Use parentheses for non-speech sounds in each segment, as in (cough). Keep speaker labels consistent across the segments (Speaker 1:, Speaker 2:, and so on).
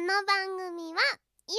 Speaker 1: の番組はイオシ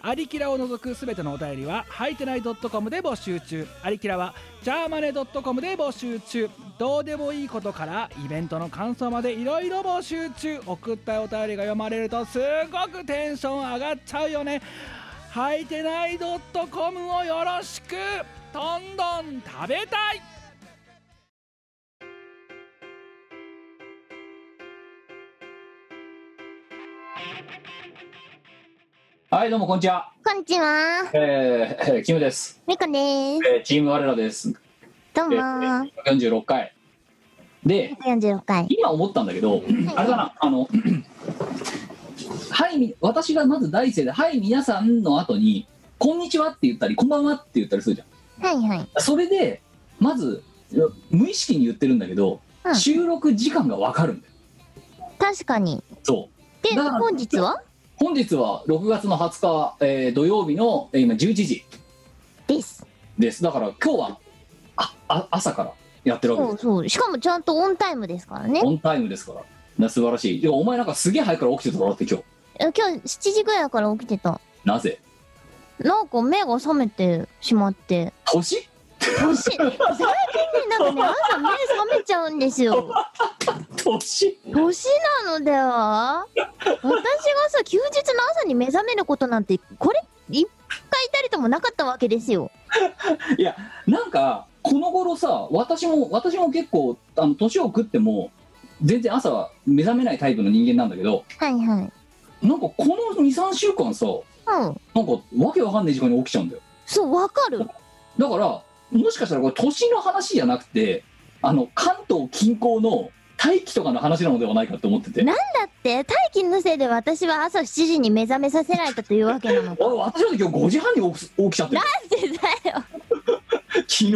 Speaker 2: アリキラを除くすべてのお便りは、はいてない .com で募集中。アリキラは、ジャーマネ .com で募集中。どうでもいいことから、イベントの感想までいろいろ募集中。送ったお便りが読まれると、すごくテンション上がっちゃうよね。はいてない .com をよろしくどんどん食べたい
Speaker 3: はい、どうもこんにちは。
Speaker 1: こんにちは
Speaker 3: えー、 (laughs) キムです。
Speaker 1: みこです
Speaker 3: えー、チーム我らです。
Speaker 1: どう
Speaker 3: え
Speaker 1: も
Speaker 3: ー、46回。で、
Speaker 1: 46回
Speaker 3: 今思ったんだけど、あれだな、あの、はい、み私がまず第一声で、はい、皆さんの後に、こんにちはって言ったり、こんばんはって言ったりするじゃ
Speaker 1: はいはい
Speaker 3: ん。それで、まず、無意識に言ってるんだけど、
Speaker 1: うん
Speaker 3: 収録時間がわかるんだよ。
Speaker 1: 確かに
Speaker 3: そう。
Speaker 1: で
Speaker 3: だから
Speaker 1: 本日は
Speaker 3: 本日は6月の20日、えー土曜日の、えー今11時
Speaker 1: です
Speaker 3: です。だから今日は、あ、あ朝からやってるわけです
Speaker 1: そうそうしかもちゃんとオンタイムですからね
Speaker 3: オンタイムですから。な素晴らしい。でもお前なんかすげえ早くから起きてただろって今日。
Speaker 1: え今日7時ぐらいから起きてた
Speaker 3: なぜ
Speaker 1: なんか目が覚めてしまって
Speaker 3: 年
Speaker 1: 年最近ねなんかね朝目覚めちゃうんですよ
Speaker 3: (laughs) 年
Speaker 1: 年なのでは私がさ休日の朝に目覚めることなんてこれ一回たりともなかったわけですよ
Speaker 3: なんか、この頃さ、私も、私も結構、あの、年を食っても、全然朝は目覚めないタイプの人間なんだけど、
Speaker 1: はいはい
Speaker 3: なんかこの2、3週間さ、
Speaker 1: うん
Speaker 3: なんかわけわかんない時間に起きちゃうんだよ。
Speaker 1: そうわかる
Speaker 3: だから、もしかしたらこれ年の話じゃなくて、あの、関東近郊の大気とかの話なのではないかと思ってて。
Speaker 1: なだって大気のせいで私は朝7時に目覚めさせられたというわけな (laughs) の
Speaker 3: 俺私だって今日5時半に起き起きちゃってる
Speaker 1: なんでだよ
Speaker 3: 昨日、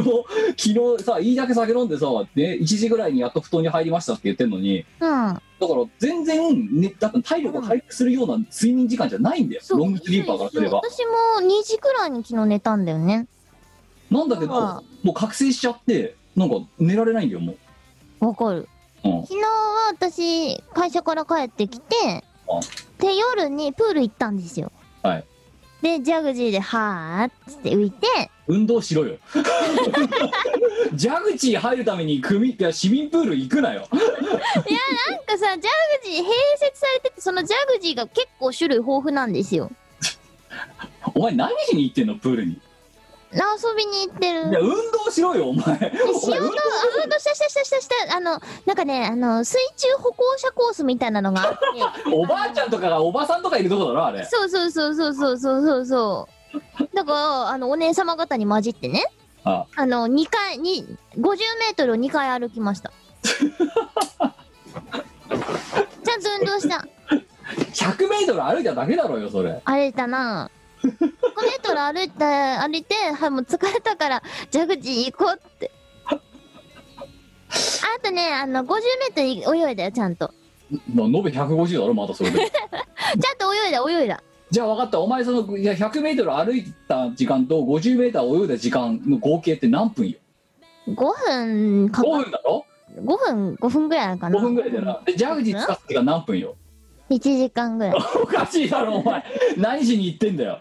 Speaker 3: 昨日さ、いいだけ酒飲んでさ、ね、1時ぐらいにやっと布団に入りましたって言ってんのに、
Speaker 1: うん
Speaker 3: だから全然、ね、だから体力が回復するような睡眠時間じゃないんだよ、
Speaker 1: そう
Speaker 3: ロングスリーパーからすれば。
Speaker 1: 私も2時くらいに昨日寝たんだよね
Speaker 3: なんだけど、
Speaker 1: ああ
Speaker 3: もう覚醒しちゃって、なんか寝られないんだよ、もう。
Speaker 1: わかる
Speaker 3: うん、
Speaker 1: 昨日は私会社から帰ってきて
Speaker 3: あ
Speaker 1: で夜にプール行ったんですよ
Speaker 3: はい
Speaker 1: でジャグジーで「はーっつって浮いて
Speaker 3: 運動しろ (laughs) よ。蛇口入るために組いや市民プール行くな
Speaker 1: な
Speaker 3: よ。
Speaker 1: んかさジャグジー併設されててそのジャグジーが結構種類豊富なんですよ
Speaker 3: お前何しに行ってんの、プールに。い
Speaker 1: 遊びに行ってる
Speaker 3: や、運動しろよ、お前。
Speaker 1: で
Speaker 3: お
Speaker 1: 潮
Speaker 3: 前
Speaker 1: のあ運動したしたしたしたしたあのなんかねあの水中歩行者コースみたいなのがあって
Speaker 3: (laughs) おばあちゃんとかがおばさんとかいるとこだろ、あ (laughs) れ。
Speaker 1: そうそうそうそうそうそうそうそうだからあのお姉様方に混じってね
Speaker 3: あ
Speaker 1: あの2回に50メートルを2回歩きました
Speaker 3: (laughs)
Speaker 1: ちゃんと運動した
Speaker 3: 100メートル歩いただけだろうよ、それ。
Speaker 1: 歩いたな5メートル歩いて歩いてはいもう疲れたからジャグジー行こうってあとねあの50メートル泳いだよちゃんと
Speaker 3: まあ、延べ150だろまたそれ
Speaker 1: (laughs)
Speaker 3: で
Speaker 1: ちゃんと泳いだ泳いだ
Speaker 3: じゃあ分かったお前そのいや 100m 歩いた時間と 50m 泳いだ時間の合計って何分よ
Speaker 1: 5分か
Speaker 3: 5分だろ
Speaker 1: 5分5分ぐらいかな
Speaker 3: 5分ぐらいだよなでジャグジー使った時間何分よ
Speaker 1: 1時間ぐらい
Speaker 3: おかしいだろお
Speaker 1: (laughs)
Speaker 3: 前何しに行ってんだよ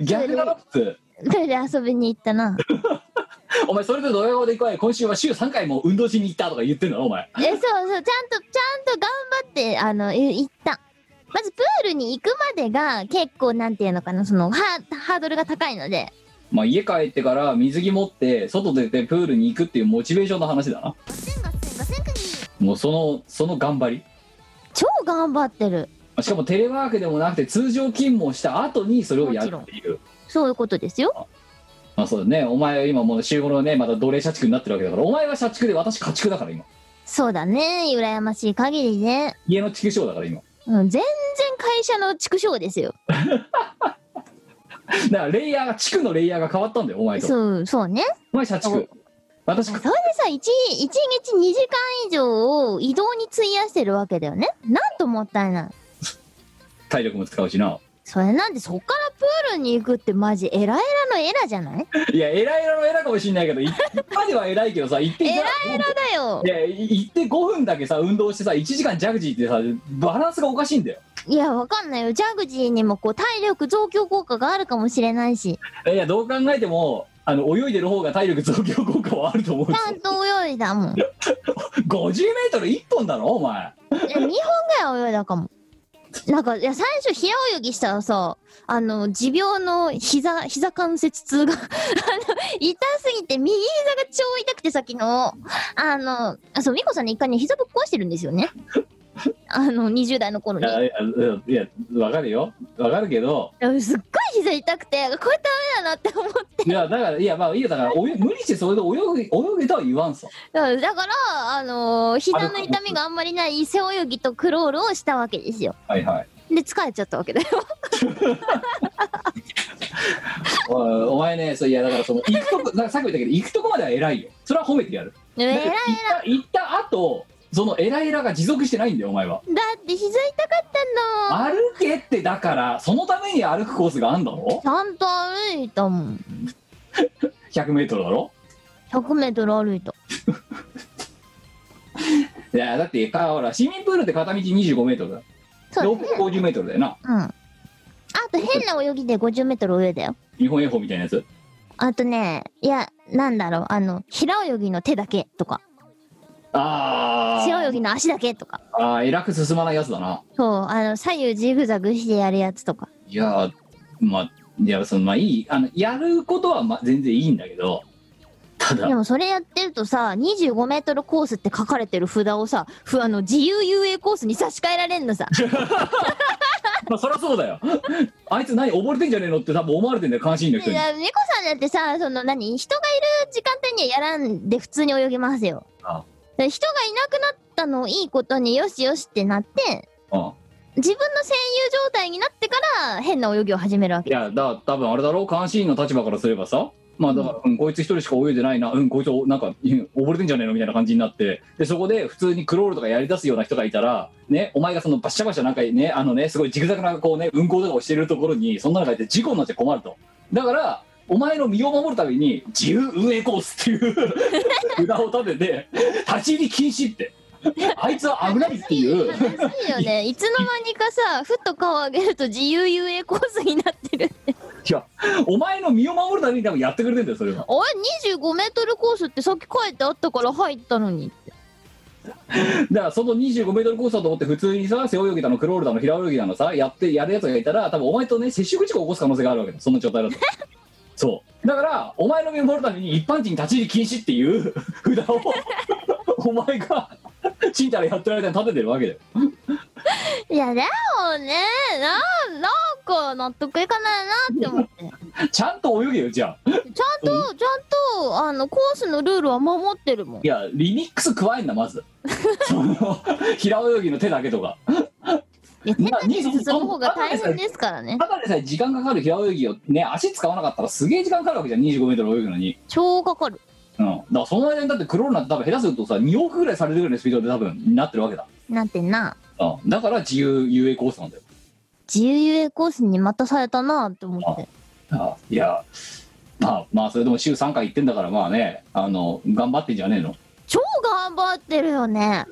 Speaker 3: 逆だろ普通
Speaker 1: それで遊びに行ったな
Speaker 3: お前それでドヤ顔で行こうよ今週は週3回も運動しに行ったとか言ってんだろお前
Speaker 1: えそうそうちゃんとちゃんと頑張ってあのい行ったまずプールに行くまでが結構なんていうのかなそのハーハードルが高いので
Speaker 3: まあ家帰ってから水着持って外出てプールに行くっていうモチベーションの話だなもうそのその頑張り
Speaker 1: 超頑張ってる
Speaker 3: しかもテレワークでもなくて通常勤務をした後にそれをやるっていう
Speaker 1: そういうことですよ。
Speaker 3: まあそうだねお前は今もう週頃ねまた奴隷社畜になってるわけだからお前は社畜で私家畜だから今
Speaker 1: そうだね。羨ましい限りね。
Speaker 3: 家の畜生だから今
Speaker 1: うん、全然会社の畜生ですよ。
Speaker 3: だからレイヤーが地区のレイヤーが変わったんだよお前と
Speaker 1: そう、そうね。
Speaker 3: お前社畜私
Speaker 1: それ
Speaker 3: 区
Speaker 1: でさ、一日1日2時間以上を移動に費やしてるわけだよね。なんともったいない。
Speaker 3: 体力も使うしな
Speaker 1: それなんでそっからプールに行くってマジエラエラのエラじゃない
Speaker 3: いや偉いらの偉かもしんないけどい今では偉いけどさ行って
Speaker 1: 偉いエラだよ
Speaker 3: い。や行って5分だけさ運動してさ1時間ジャグジーってさバランスがおかしいんだよ
Speaker 1: いや、わかんないよ。ジャグジーにもこう体力増強効果があるかもしれないし、
Speaker 3: いやどう考えてもあの泳いでる方が体力増強効果はあると思う
Speaker 1: ち
Speaker 3: んで
Speaker 1: ゃ
Speaker 3: すよ
Speaker 1: んと泳いだ (laughs) もん。え
Speaker 3: 50メートル1本だろお前
Speaker 1: 2本ぐらい泳いだかも。なんか、いや、最初平泳ぎしたらさ、あの、持病の膝、膝関節痛が (laughs) 、あの、痛すぎて、右膝が超痛くて、さっきの、あの、あそう、美子さんね、一回ね、膝ぶっ壊してるんです (laughs) よね。あの、20代の頃
Speaker 3: い
Speaker 1: に。
Speaker 3: やいやいやわかるよわかるけど
Speaker 1: いやすっごい膝痛くてこれダメだなって思って
Speaker 3: いやだからいやまあいいよだから泳無理してそれで泳ぐ泳げとは言わんさ
Speaker 1: だだからあのー膝の痛みがあんまりない背泳ぎとクロールをしたわけですよ
Speaker 3: はいはい
Speaker 1: で疲れちゃったわけだよ
Speaker 3: おお前ねそういやだからその行くとこだからさっきも言ったけど行くとこまでは偉いよそれは褒めてやる
Speaker 1: えらい
Speaker 3: だけど行った行った後その偉いらが持続してないんだよお前は
Speaker 1: だって膝痛かったんだもん
Speaker 3: 歩けってだからそのために歩くコースがあんだろ
Speaker 1: ちゃんと歩いたもん
Speaker 3: 100m だろ
Speaker 1: 100m 歩いた
Speaker 3: いやだってかほら市民プールって片道 25m だよで
Speaker 1: そう
Speaker 3: 往
Speaker 1: だね
Speaker 3: 復 50m だよな
Speaker 1: うんあと変な泳ぎで 50m 泳いだよ
Speaker 3: 日本泳法みたいなやつ
Speaker 1: あとねいやなんだろうあの平泳ぎの手だけとか
Speaker 3: あ
Speaker 1: 背
Speaker 3: あ
Speaker 1: 泳ぎの足だけとか
Speaker 3: あー偉く進まないやつだな
Speaker 1: そうあの左右ジグザグしてやるやつとか
Speaker 3: いやーまあいやそのまあいいあのやることは、ま、全然いいんだけどただ
Speaker 1: でもそれやってるとさ、25メートルコースって書かれてる札をさ、ふあの自由遊泳コースに差し替えられん
Speaker 3: (laughs)
Speaker 1: のさ。
Speaker 3: まあそりゃそうだよ (laughs) あいつ何溺れてんじゃねえのって多分思われてんだよ関心の人
Speaker 1: い
Speaker 3: に
Speaker 1: や猫さんだってさ、その何人がいる時間帯にはやらんで普通に泳ぎますよ。
Speaker 3: あ
Speaker 1: で人がいなくなったのをいいことによしよしってなって、
Speaker 3: うん
Speaker 1: 自分の占有状態になってから変な泳ぎを始めるわ
Speaker 3: い
Speaker 1: け。
Speaker 3: やだ多分あれだろう監視員の立場からすればさまあだから、うんこいつ一人しか泳いでないなうんこいつおなんかうん溺れてんじゃねえのみたいな感じになってでそこで普通にクロールとかやりだすような人がいたらねお前がそのバシャバシャなんかねあのねすごいジグザグなこうね運行とかをしてるところにそんな中で事故になっちゃ困るとだからお前の身を守るために自由運営コースっていう (laughs) 札を立てて立ち入り禁止ってあいつは危ないっていう
Speaker 1: 悲しいよ
Speaker 3: (laughs)
Speaker 1: ね。いつの間にかさ、ふっと顔を上げると自由遊泳コースになって
Speaker 3: (laughs)
Speaker 1: る。
Speaker 3: いやお前の身を守るために多分やってくれてんだよそれは。
Speaker 1: おい、25メートルコースってさっき書いてあったから入ったのに。
Speaker 3: だからその25メートルコースだと思って普通にさ背泳ぎだのクロールだの平泳ぎだのさやってやるやつがいたら多分お前とね接触事故を起こす可能性があるわけだそんな状態だとそうだからお前の身を守るために一般人立ち入り禁止っていう札をお前がちんたらやってる間に立ててるわけだよ
Speaker 1: いや、でもね、な、なんか納得いかないなって思って。ちゃん
Speaker 3: ちゃんと泳げよじゃあ
Speaker 1: と、ちゃんと、あの、コースのルールは守ってるもん
Speaker 3: い。やリミックス加えんなま (laughs) ずその平泳ぎの手だけとか
Speaker 1: いや、手だけ進む方が大変ですからね。
Speaker 3: ただでさえ時間かかる平泳ぎをね足使わなかったらすげえ時間かかるわけじゃん25メートル泳ぐのに
Speaker 1: 超かかる。
Speaker 3: うん、だからその間にだってクロールなんて多分下手するとさ2億ぐらいされるぐらいのスピードで多分なってるわけだ、
Speaker 1: なんてな。
Speaker 3: うん、だから自由遊泳コースなんだよ
Speaker 1: 自由遊泳コースにまたされたなって思って。
Speaker 3: あいやまあまあそれでも週3回行ってんだからまあねあの頑張ってんじゃねえの
Speaker 1: 超頑張ってるよ
Speaker 3: (laughs)
Speaker 1: ね。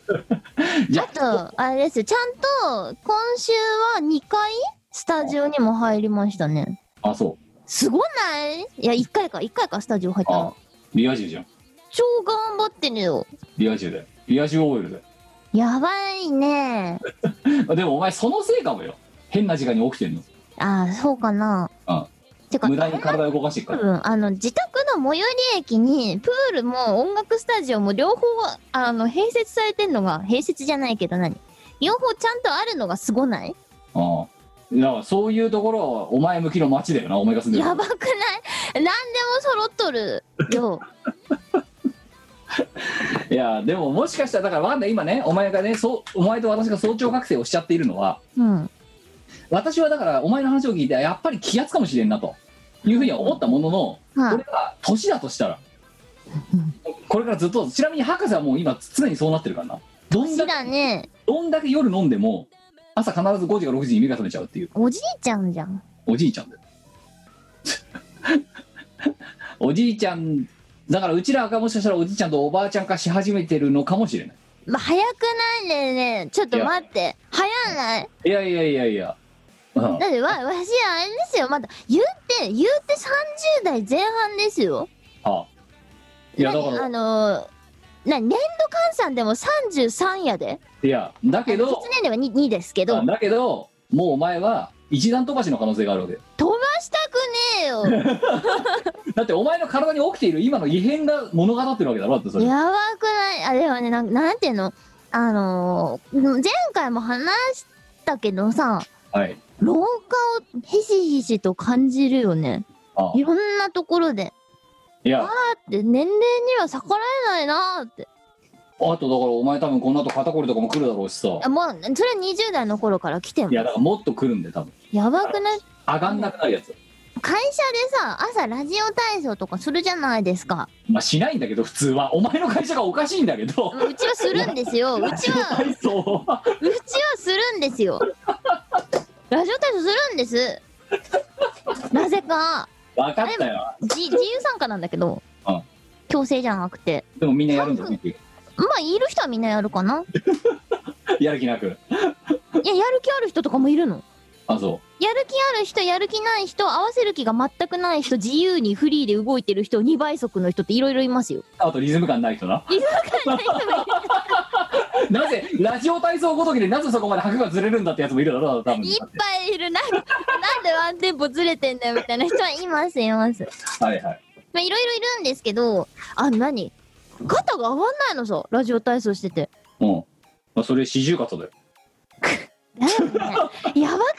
Speaker 3: じ
Speaker 1: あ
Speaker 3: ゃ
Speaker 1: と、あれですよ。ちゃんと、今週は2回、スタジオにも入りましたね。
Speaker 3: あそう
Speaker 1: すごないいや、1回か、1回か、スタジオ入った
Speaker 3: あ
Speaker 1: の。
Speaker 3: リア充じゃん
Speaker 1: 超頑張ってるよ。
Speaker 3: リア充でリア充オイルで
Speaker 1: やばいね。
Speaker 3: あでもお前そのせいかもよ変な時間に起きてんの
Speaker 1: ああ、そうかな。
Speaker 3: あ
Speaker 1: てか、
Speaker 3: 無駄に体を動かしてっか
Speaker 1: 多
Speaker 3: ら
Speaker 1: 分あの自宅の最寄り駅にプールも音楽スタジオも両方あの併設されてんのが併設じゃないけど何両方ちゃんとあるのがすごない
Speaker 3: あだからそういうところはお前向きの街だよなお前が住んでる
Speaker 1: やばくな
Speaker 3: (laughs)
Speaker 1: い何でも揃っとるよ
Speaker 3: いやでももしかしたらだからわかんない今ねお前がねそうお前と私が早朝覚醒をしちゃっているのは
Speaker 1: うん。
Speaker 3: 私はだからお前の話を聞いてやっぱり気圧かもしれんなというふうには思ったものの、
Speaker 1: は
Speaker 3: こ
Speaker 1: い
Speaker 3: れ。が年だとしたら
Speaker 1: うん
Speaker 3: これからずっとちなみに博士はもう今常にそうなってるからなどん
Speaker 1: 年
Speaker 3: だ
Speaker 1: だ
Speaker 3: け
Speaker 1: ね。
Speaker 3: どんだけ夜飲んでも朝必ず5時か6時に目が覚めちゃうっていう
Speaker 1: おじいちゃんじゃん。
Speaker 3: おじいちゃんだよ (laughs) おじいちゃんだからうちらがもしかしたらおじいちゃんとおばあちゃん化し始めてるのかもしれない
Speaker 1: まあ、早くないねね。ちょっと待って。早ない。
Speaker 3: いやいやいやいや、うん
Speaker 1: だってわ、わし、あれですよ。まだ、言って、言って30代前半ですよ。
Speaker 3: あいやだか
Speaker 1: あ
Speaker 3: ら
Speaker 1: のーな、年度換算でも33やで。
Speaker 3: いやだけど
Speaker 1: 実年齢は 2, 2ですけど
Speaker 3: あ、だけどもうお前は一段飛ばしの可能性があるわけ
Speaker 1: 飛ばしたくねえよ。
Speaker 3: だってお前の体に起きている今の異変が物語ってるわけだろだってそれ
Speaker 1: やばくないあ、でもね、なんなんていうのあのー前回も話したけどさ、
Speaker 3: はい
Speaker 1: 老化をひしひしと感じるよね。
Speaker 3: あ
Speaker 1: いろんなところで。
Speaker 3: いや
Speaker 1: で年齢には逆らえないなーって
Speaker 3: あとだからお前多分この後肩こりとかも来るだろうしさ
Speaker 1: あもうそれは20代の頃から来ても
Speaker 3: いやだからもっと来るんで多分
Speaker 1: やばくない
Speaker 3: 上がんなくなるやつ
Speaker 1: 会社でさ朝ラジオ体操とかするじゃないですか
Speaker 3: まあしないんだけど普通はお前の会社がおかしいんだけど
Speaker 1: うちはするんです
Speaker 3: (laughs)
Speaker 1: ようちは
Speaker 3: 体操は
Speaker 1: うちはするんですよラジオ体操するんですなぜか
Speaker 3: 分かったよ
Speaker 1: じ自由参加なんだけど
Speaker 3: うん
Speaker 1: 強制じゃなくて
Speaker 3: でもみんなやるんだよ
Speaker 1: まあいる人はみんなやるかな
Speaker 3: やる気なく
Speaker 1: いややる気ある人とかもいるの
Speaker 3: あそ
Speaker 1: やる気ある人やる気ない人合わせる気が全くない人自由にフリーで動いてる人2倍速の人っていろいろいます
Speaker 3: (laughs)
Speaker 1: よ
Speaker 3: う。あとリズム感ない人な
Speaker 1: リズム感ない人も
Speaker 3: なぜラジオ体操ごときでなぜそこまで拍がずれるんだってやつもいるだろう多分
Speaker 1: いるいっぱいいるなんで (laughs) なんでワンテンポずれてんだよみたいな人はいますいます。
Speaker 3: はいはい
Speaker 1: まあいろいろいるんですけどあの何肩が上がんないのさラジオ体操してて。
Speaker 3: うんまあそれ四十肩だよ
Speaker 1: だよね、やばく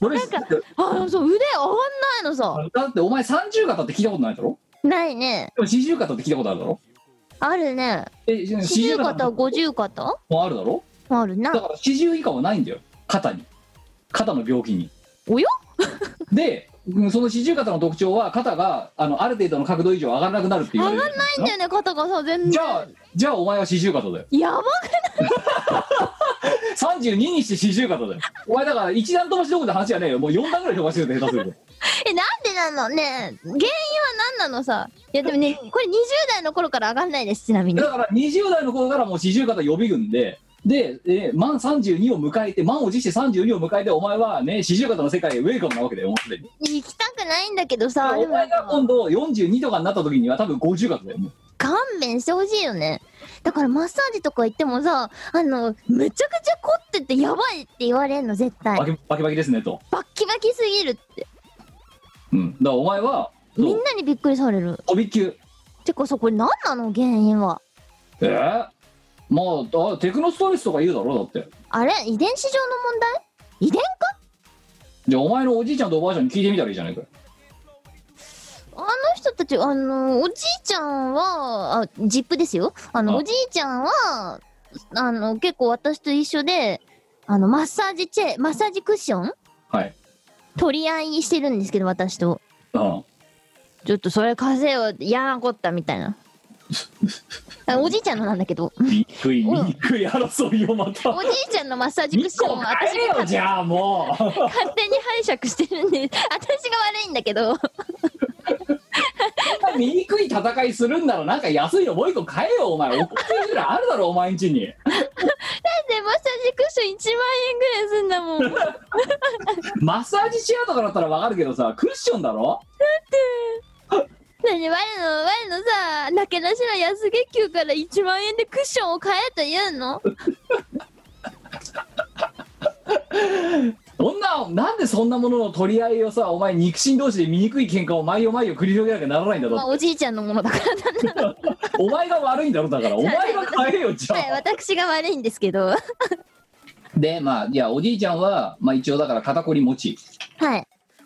Speaker 3: それ
Speaker 1: なんかあのそう腕上がんないのさ
Speaker 3: だってお前三十肩って聞いたことないだろ
Speaker 1: ないね
Speaker 3: でも四十肩って聞いたことあるだろ
Speaker 1: あるね
Speaker 3: え
Speaker 1: 四十肩
Speaker 3: も
Speaker 1: 五十肩
Speaker 3: あるだろ
Speaker 1: ある
Speaker 3: だ
Speaker 1: な
Speaker 3: から四十以下はないんだよ肩に肩の病気に
Speaker 1: およ
Speaker 3: でうんその四十肩の特徴は肩があのある程度の角度以上上がらなくなるって言われる
Speaker 1: ないんだよね肩がさ全然
Speaker 3: じゃあじゃあお前は四十肩だよ
Speaker 1: やば
Speaker 3: 32にして四十肩だよお前だから一段飛ばしどころの話じゃねえよもう4段ぐらい飛ばしてるんだよ下手すると
Speaker 1: えなんでなのねえ原因は何なのさいやでもねこれ20代の頃から上がんないですちなみに
Speaker 3: だから20代の頃からもう四十肩予備軍で、で、えー満32を迎えて、満を持して32を迎えて、お前はね、四十肩の世界へウェルカムなわけだよ、もうすでに。
Speaker 1: 行きたくないんだけど
Speaker 3: だ
Speaker 1: さ
Speaker 3: から
Speaker 1: で
Speaker 3: お
Speaker 1: もな
Speaker 3: 前
Speaker 1: ん
Speaker 3: が
Speaker 1: か
Speaker 3: 今度42とかになった時には、多分50肩だよ、もう。
Speaker 1: 勘弁してほしいよねだからマッサージとか行ってもさあのめちゃくちゃ凝っててやばいって言われるの絶対
Speaker 3: バキバキバキですね、と。
Speaker 1: バッキバキすぎるって
Speaker 3: うん。だからお前は、そう
Speaker 1: みんなにびっくりされる
Speaker 3: 飛び級。
Speaker 1: てかさこれ何なの原因は
Speaker 3: えーまああ、テクノストレスとか言うだろ、だって。
Speaker 1: あれ遺伝子上の問題遺伝
Speaker 3: じゃあ、お前のおじいちゃんとおばあちゃんに聞いてみたらいいじゃないか。
Speaker 1: あの人たち、あの、おじいちゃんは、あ、ジップですよ。あの、
Speaker 3: あ
Speaker 1: おじいちゃんは、あの、結構私と一緒で、あの、マッサージチェ、マッサージクッション
Speaker 3: はい。
Speaker 1: 取り合いしてるんですけど、私と。
Speaker 3: うん。
Speaker 1: ちょっとそれ稼いよ、やらんこった、みたいな。あおじいちゃんのなんだけど、
Speaker 3: びっくり、び
Speaker 1: うん
Speaker 3: っくり争いをまた。
Speaker 1: おじいちゃんのマッサージクッ
Speaker 3: 2
Speaker 1: ション
Speaker 3: 個
Speaker 1: を
Speaker 3: 買
Speaker 1: 私
Speaker 3: え
Speaker 1: が
Speaker 3: よ、じゃあ、もう。
Speaker 1: 勝手に拝借してるんで、私が悪いんだけど、
Speaker 3: 醜い戦いするんならなんか安いのもう一個買えよお前お小遣いぐらいあるだろお前んちに
Speaker 1: で、マッサージクッション1万円ぐらいすんだもん。
Speaker 3: マッサージチェアとかだったらわかるけどさクッションだろ
Speaker 1: 何我の我のさなけなしの安月給から1万円でクッションを買えと言うの
Speaker 3: そんななんでそんなものの取り合いをさお前肉親同士で醜い喧嘩を毎夜毎夜繰り広げなきゃならないんだ
Speaker 1: まあ
Speaker 3: ろ
Speaker 1: おじいちゃんのものだからなんだ
Speaker 3: お前が悪いんだろだからお前が買えよじゃあ
Speaker 1: 私が悪いんですけどは
Speaker 3: でまあいやおじいちゃんは、まあ、一応だから肩こり持ち
Speaker 1: い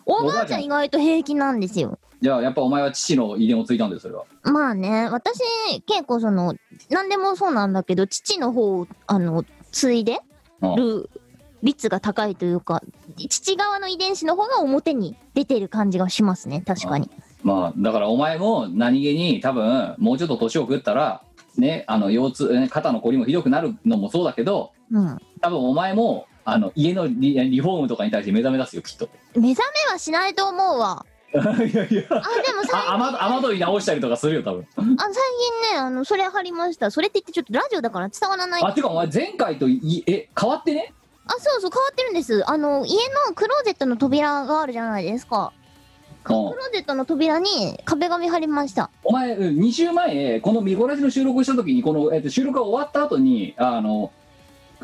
Speaker 1: おばあちゃん意外と平気なんですよ
Speaker 3: じゃあやっぱお前は父の遺伝を継いだんだよそれは
Speaker 1: まあね、私、結構その、何でもそうなんだけど、父の方を、あの、継いで
Speaker 3: うん
Speaker 1: る率が高いというか、父側の遺伝子の方が表に出てる感じがしますね、確かに。
Speaker 3: まあだからお前も何気に多分もうちょっと年を食ったらねあの腰痛ね肩のこりもひどくなるのもそうだけど
Speaker 1: うん。
Speaker 3: 多分お前もあの家のリリフォームとかに対して目覚め出すよきっと
Speaker 1: 目覚めはしないと思うわ。
Speaker 3: (laughs) いやいや
Speaker 1: あ、でもさ、
Speaker 3: (laughs) あ雨ど雨どい直したりとかするよ多分
Speaker 1: あ最近ね、あの、それ貼りました。それって言ってちょっとラジオだから伝わらない。
Speaker 3: あてかお前前回といえ変わってね
Speaker 1: あ、そうそう、変わってるんです。あの、家のクローゼットの扉があるじゃないですか。
Speaker 3: うん
Speaker 1: クローゼットの扉に壁紙貼りました。
Speaker 3: お前うん2週前この「見殺し」の収録をした時にこの、えっと収録が終わった後にあの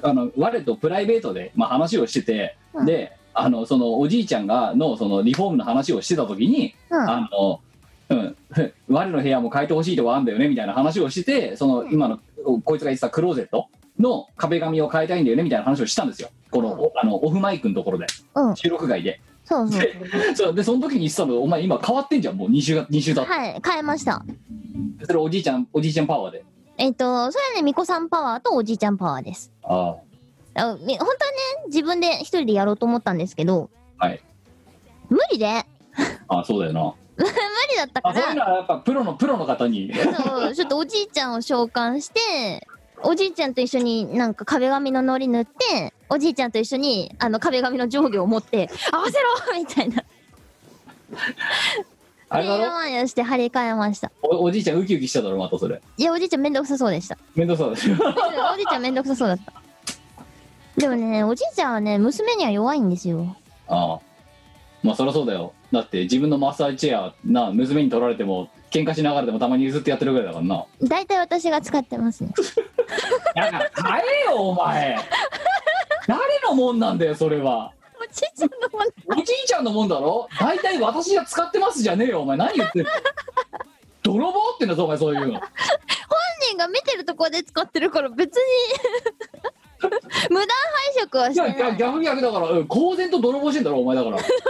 Speaker 3: あの我とプライベートで、まあ、話をしてて、
Speaker 1: うん
Speaker 3: であのそのおじいちゃんがのそのリフォームの話をしてた時に、
Speaker 1: うん。
Speaker 3: あの、うん、我の部屋も変えてほしいとこあんだよねみたいな話をしててその今のこいつが言ってたクローゼットの壁紙を変えたいんだよねみたいな話をしたんですよこの,お、あのオフマイクのところで、
Speaker 1: うん
Speaker 3: 収録外で
Speaker 1: そうそう。
Speaker 3: そうでその時に言ってたのお前今変わってんじゃんもう2週が2週だって、
Speaker 1: はい、変えました。
Speaker 3: それおじいちゃんおじいちゃんパワーで
Speaker 1: えっ、と、それはね、みこさんパワーとおじいちゃんパワーです。
Speaker 3: あ
Speaker 1: あみ本当はね、自分で一人でやろうと思ったんですけど、
Speaker 3: はい
Speaker 1: 無理で、
Speaker 3: ああそうだよな
Speaker 1: 無理だったか
Speaker 3: あそういう
Speaker 1: ら、
Speaker 3: のはやっぱプロのプロの方に
Speaker 1: そう、ちょっとおじいちゃんを召喚して、おじいちゃんと一緒になんか壁紙の糊塗って、おじいちゃんと一緒にあの壁紙の上下を持って、合わせろ (laughs) みたいな。
Speaker 3: (laughs) あれだろ
Speaker 1: ワンやして張り替えました。
Speaker 3: おおじいちゃんウキウキしただろまたそれ
Speaker 1: いや、おじいちゃんめんどくさそうで
Speaker 3: (laughs)
Speaker 1: した。
Speaker 3: 面倒そうだしあ
Speaker 1: おじいちゃんめんどくさそうだった。でもね、おじいちゃんはね、娘には弱いんですよ。
Speaker 3: あまあそりゃそうだよだって自分のマッサージチェアな娘に取られても喧嘩しながらでもたまに譲ってやってるぐらいだからな
Speaker 1: 大体私が使ってますね。
Speaker 3: なんか買えよお前誰のもんなんだよそれは
Speaker 1: おじいちゃんのもの
Speaker 3: おじいちゃんのもんだろ大体私が使ってますじゃねえよお前何言ってる泥棒ってんだぞお前そういうの
Speaker 1: 本人が見てるとこで使ってるから別に (laughs) 無断拝借はし
Speaker 3: い
Speaker 1: て
Speaker 3: や
Speaker 1: ない
Speaker 3: いや逆逆だから、うん公然と泥棒してんだろお前だから
Speaker 1: そんなこ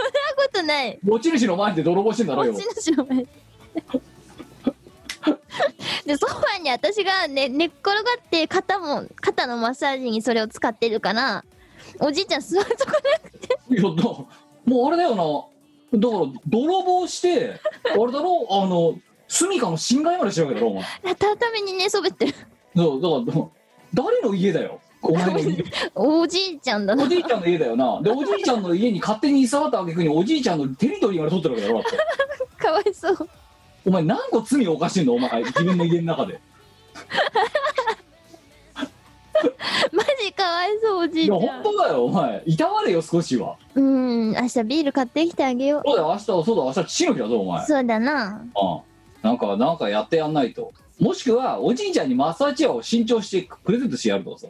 Speaker 1: とない
Speaker 3: 持ち主の前で泥棒してんだろ
Speaker 1: 持
Speaker 3: よ
Speaker 1: ち主の前で (laughs) でソファに私が、ね、寝っ転がって肩も肩のマッサージにそれを使ってるからおじいちゃん座るとこで
Speaker 3: いやだもうあれだよなだから泥棒
Speaker 1: (laughs)
Speaker 3: してあれだろあの住みかの侵害までしてるわけだろお前
Speaker 1: 畳に寝そべってる
Speaker 3: そうだから誰の家だよ
Speaker 1: (laughs)
Speaker 3: お前の家
Speaker 1: おじいちゃんだ
Speaker 3: お
Speaker 1: な
Speaker 3: じいちゃんの家だよなでおじいちゃんの家に勝手に居座ったわけにおじいちゃんのテリトリーまで取ってるわけだろだって
Speaker 1: かわいそう
Speaker 3: お前何個罪を犯してんのお前自分の家の中で
Speaker 1: マジかわいそうおじ (laughs) い
Speaker 3: い
Speaker 1: ち
Speaker 3: や
Speaker 1: ゃ
Speaker 3: 本
Speaker 1: ん
Speaker 3: 当だよお前いたわれよ少しは
Speaker 1: うーん明日ビール買ってきてあげよ
Speaker 3: そうだよ明日そうだ明日父の日だぞお前
Speaker 1: うそうだな
Speaker 3: うん、なんかなんかやってやんないともしくはおじいちゃんにマッサージチェアを新調してプレゼントしてやるとかさ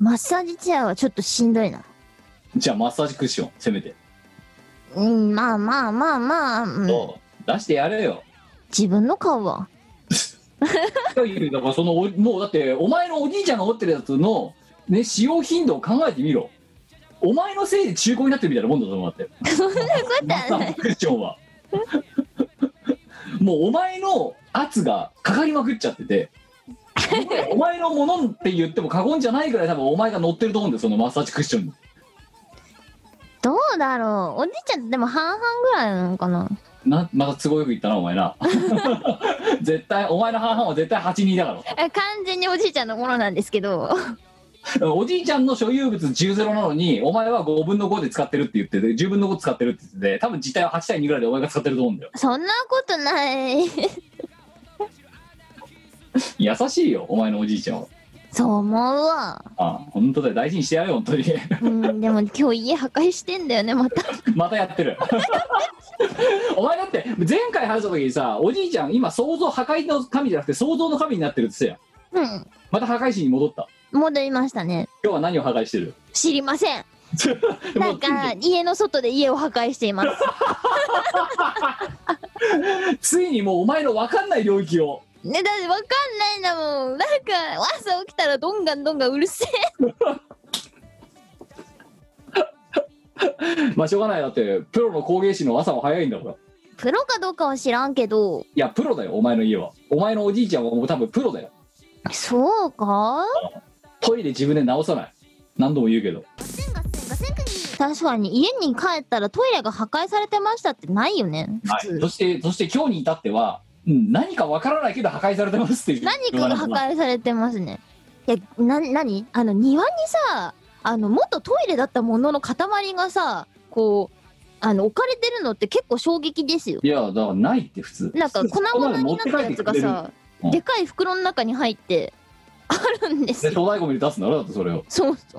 Speaker 1: マッサージチェアはちょっとしんどいな
Speaker 3: じゃあマッサージクッションせめて、
Speaker 1: うん、まあまあまあまあ、うん
Speaker 3: そう出してやれよ
Speaker 1: 自分の顔は。
Speaker 3: というだからそのおもうだってお前のおじいちゃんが持ってるやつの、ね、使用頻度を考えてみろお前のせいで中古になってるみたいなもんだと思って
Speaker 1: そんなこ
Speaker 3: マッサージクッショ
Speaker 1: (laughs)
Speaker 3: ンはもうお前の圧がかかりまくっちゃっててお前のものって言っても過言じゃないぐらい多分お前が乗ってると思うんだよそのマッサージクッションに
Speaker 1: どうだろう。おじいちゃんってでも半々ぐらいなのかな。
Speaker 3: なまた都合よく言ったなお前な絶対お前の半々は絶対82だか
Speaker 1: え完全におじいちゃんのものなんですけど。
Speaker 3: らおじいちゃんの所有物10ゼロなのにお前は5分の5で使ってるって言ってて10分の5使ってるって言ってて多分実態は8対2ぐらいでお前が使ってると思うんだよ
Speaker 1: そんなことない。 (laughs)
Speaker 3: 優しいよお前のおじいちゃんは
Speaker 1: そう思うわ。
Speaker 3: あ本当だよ大事にしてやれよ本当に (laughs)
Speaker 1: うん、でも今日家破壊してんだよね、また。
Speaker 3: またやってる (laughs) お前だって前回話した時にさおじいちゃん今想像破壊の神じゃなくて想像の神になってるって言ってた
Speaker 1: うん。
Speaker 3: やんまた破壊神に戻った
Speaker 1: 戻りましたね。
Speaker 3: 今日は何を破壊してる
Speaker 1: 知りません。
Speaker 3: も
Speaker 1: な
Speaker 3: うん
Speaker 1: か、家の外で家を破壊しています。
Speaker 3: ついにもうお前の分かんない領域を
Speaker 1: ね、だってわかんないんだもん。なんか、朝起きたらどんがんどんがんうるせえ。
Speaker 3: まあしょうがないだってプロの工芸士の朝は早いんだから
Speaker 1: プロかどうかは知らんけど、
Speaker 3: いやプロだよお前の家はお前のおじいちゃんはもう多分プロだよ
Speaker 1: そうか
Speaker 3: トイレ自分で直さない何度も言うけど
Speaker 1: 確かに家に帰ったらトイレが破壊されてましたってないよね普
Speaker 3: はい、
Speaker 1: 通、
Speaker 3: そしてそして今日に至っては、うん、何かわからないけど破壊されてますっていう
Speaker 1: 何かが破壊されてますねいやな何あの庭にさあの元トイレだったものの塊がさこうあの置かれてるのって結構衝撃ですよ
Speaker 3: いやだからないって普通
Speaker 1: なんか粉々になったやつがさ、
Speaker 3: うん
Speaker 1: でかい袋の中に入ってあるんです
Speaker 3: で
Speaker 1: よ
Speaker 3: 東大ゴミで出すんだろだってそれを
Speaker 1: そうそ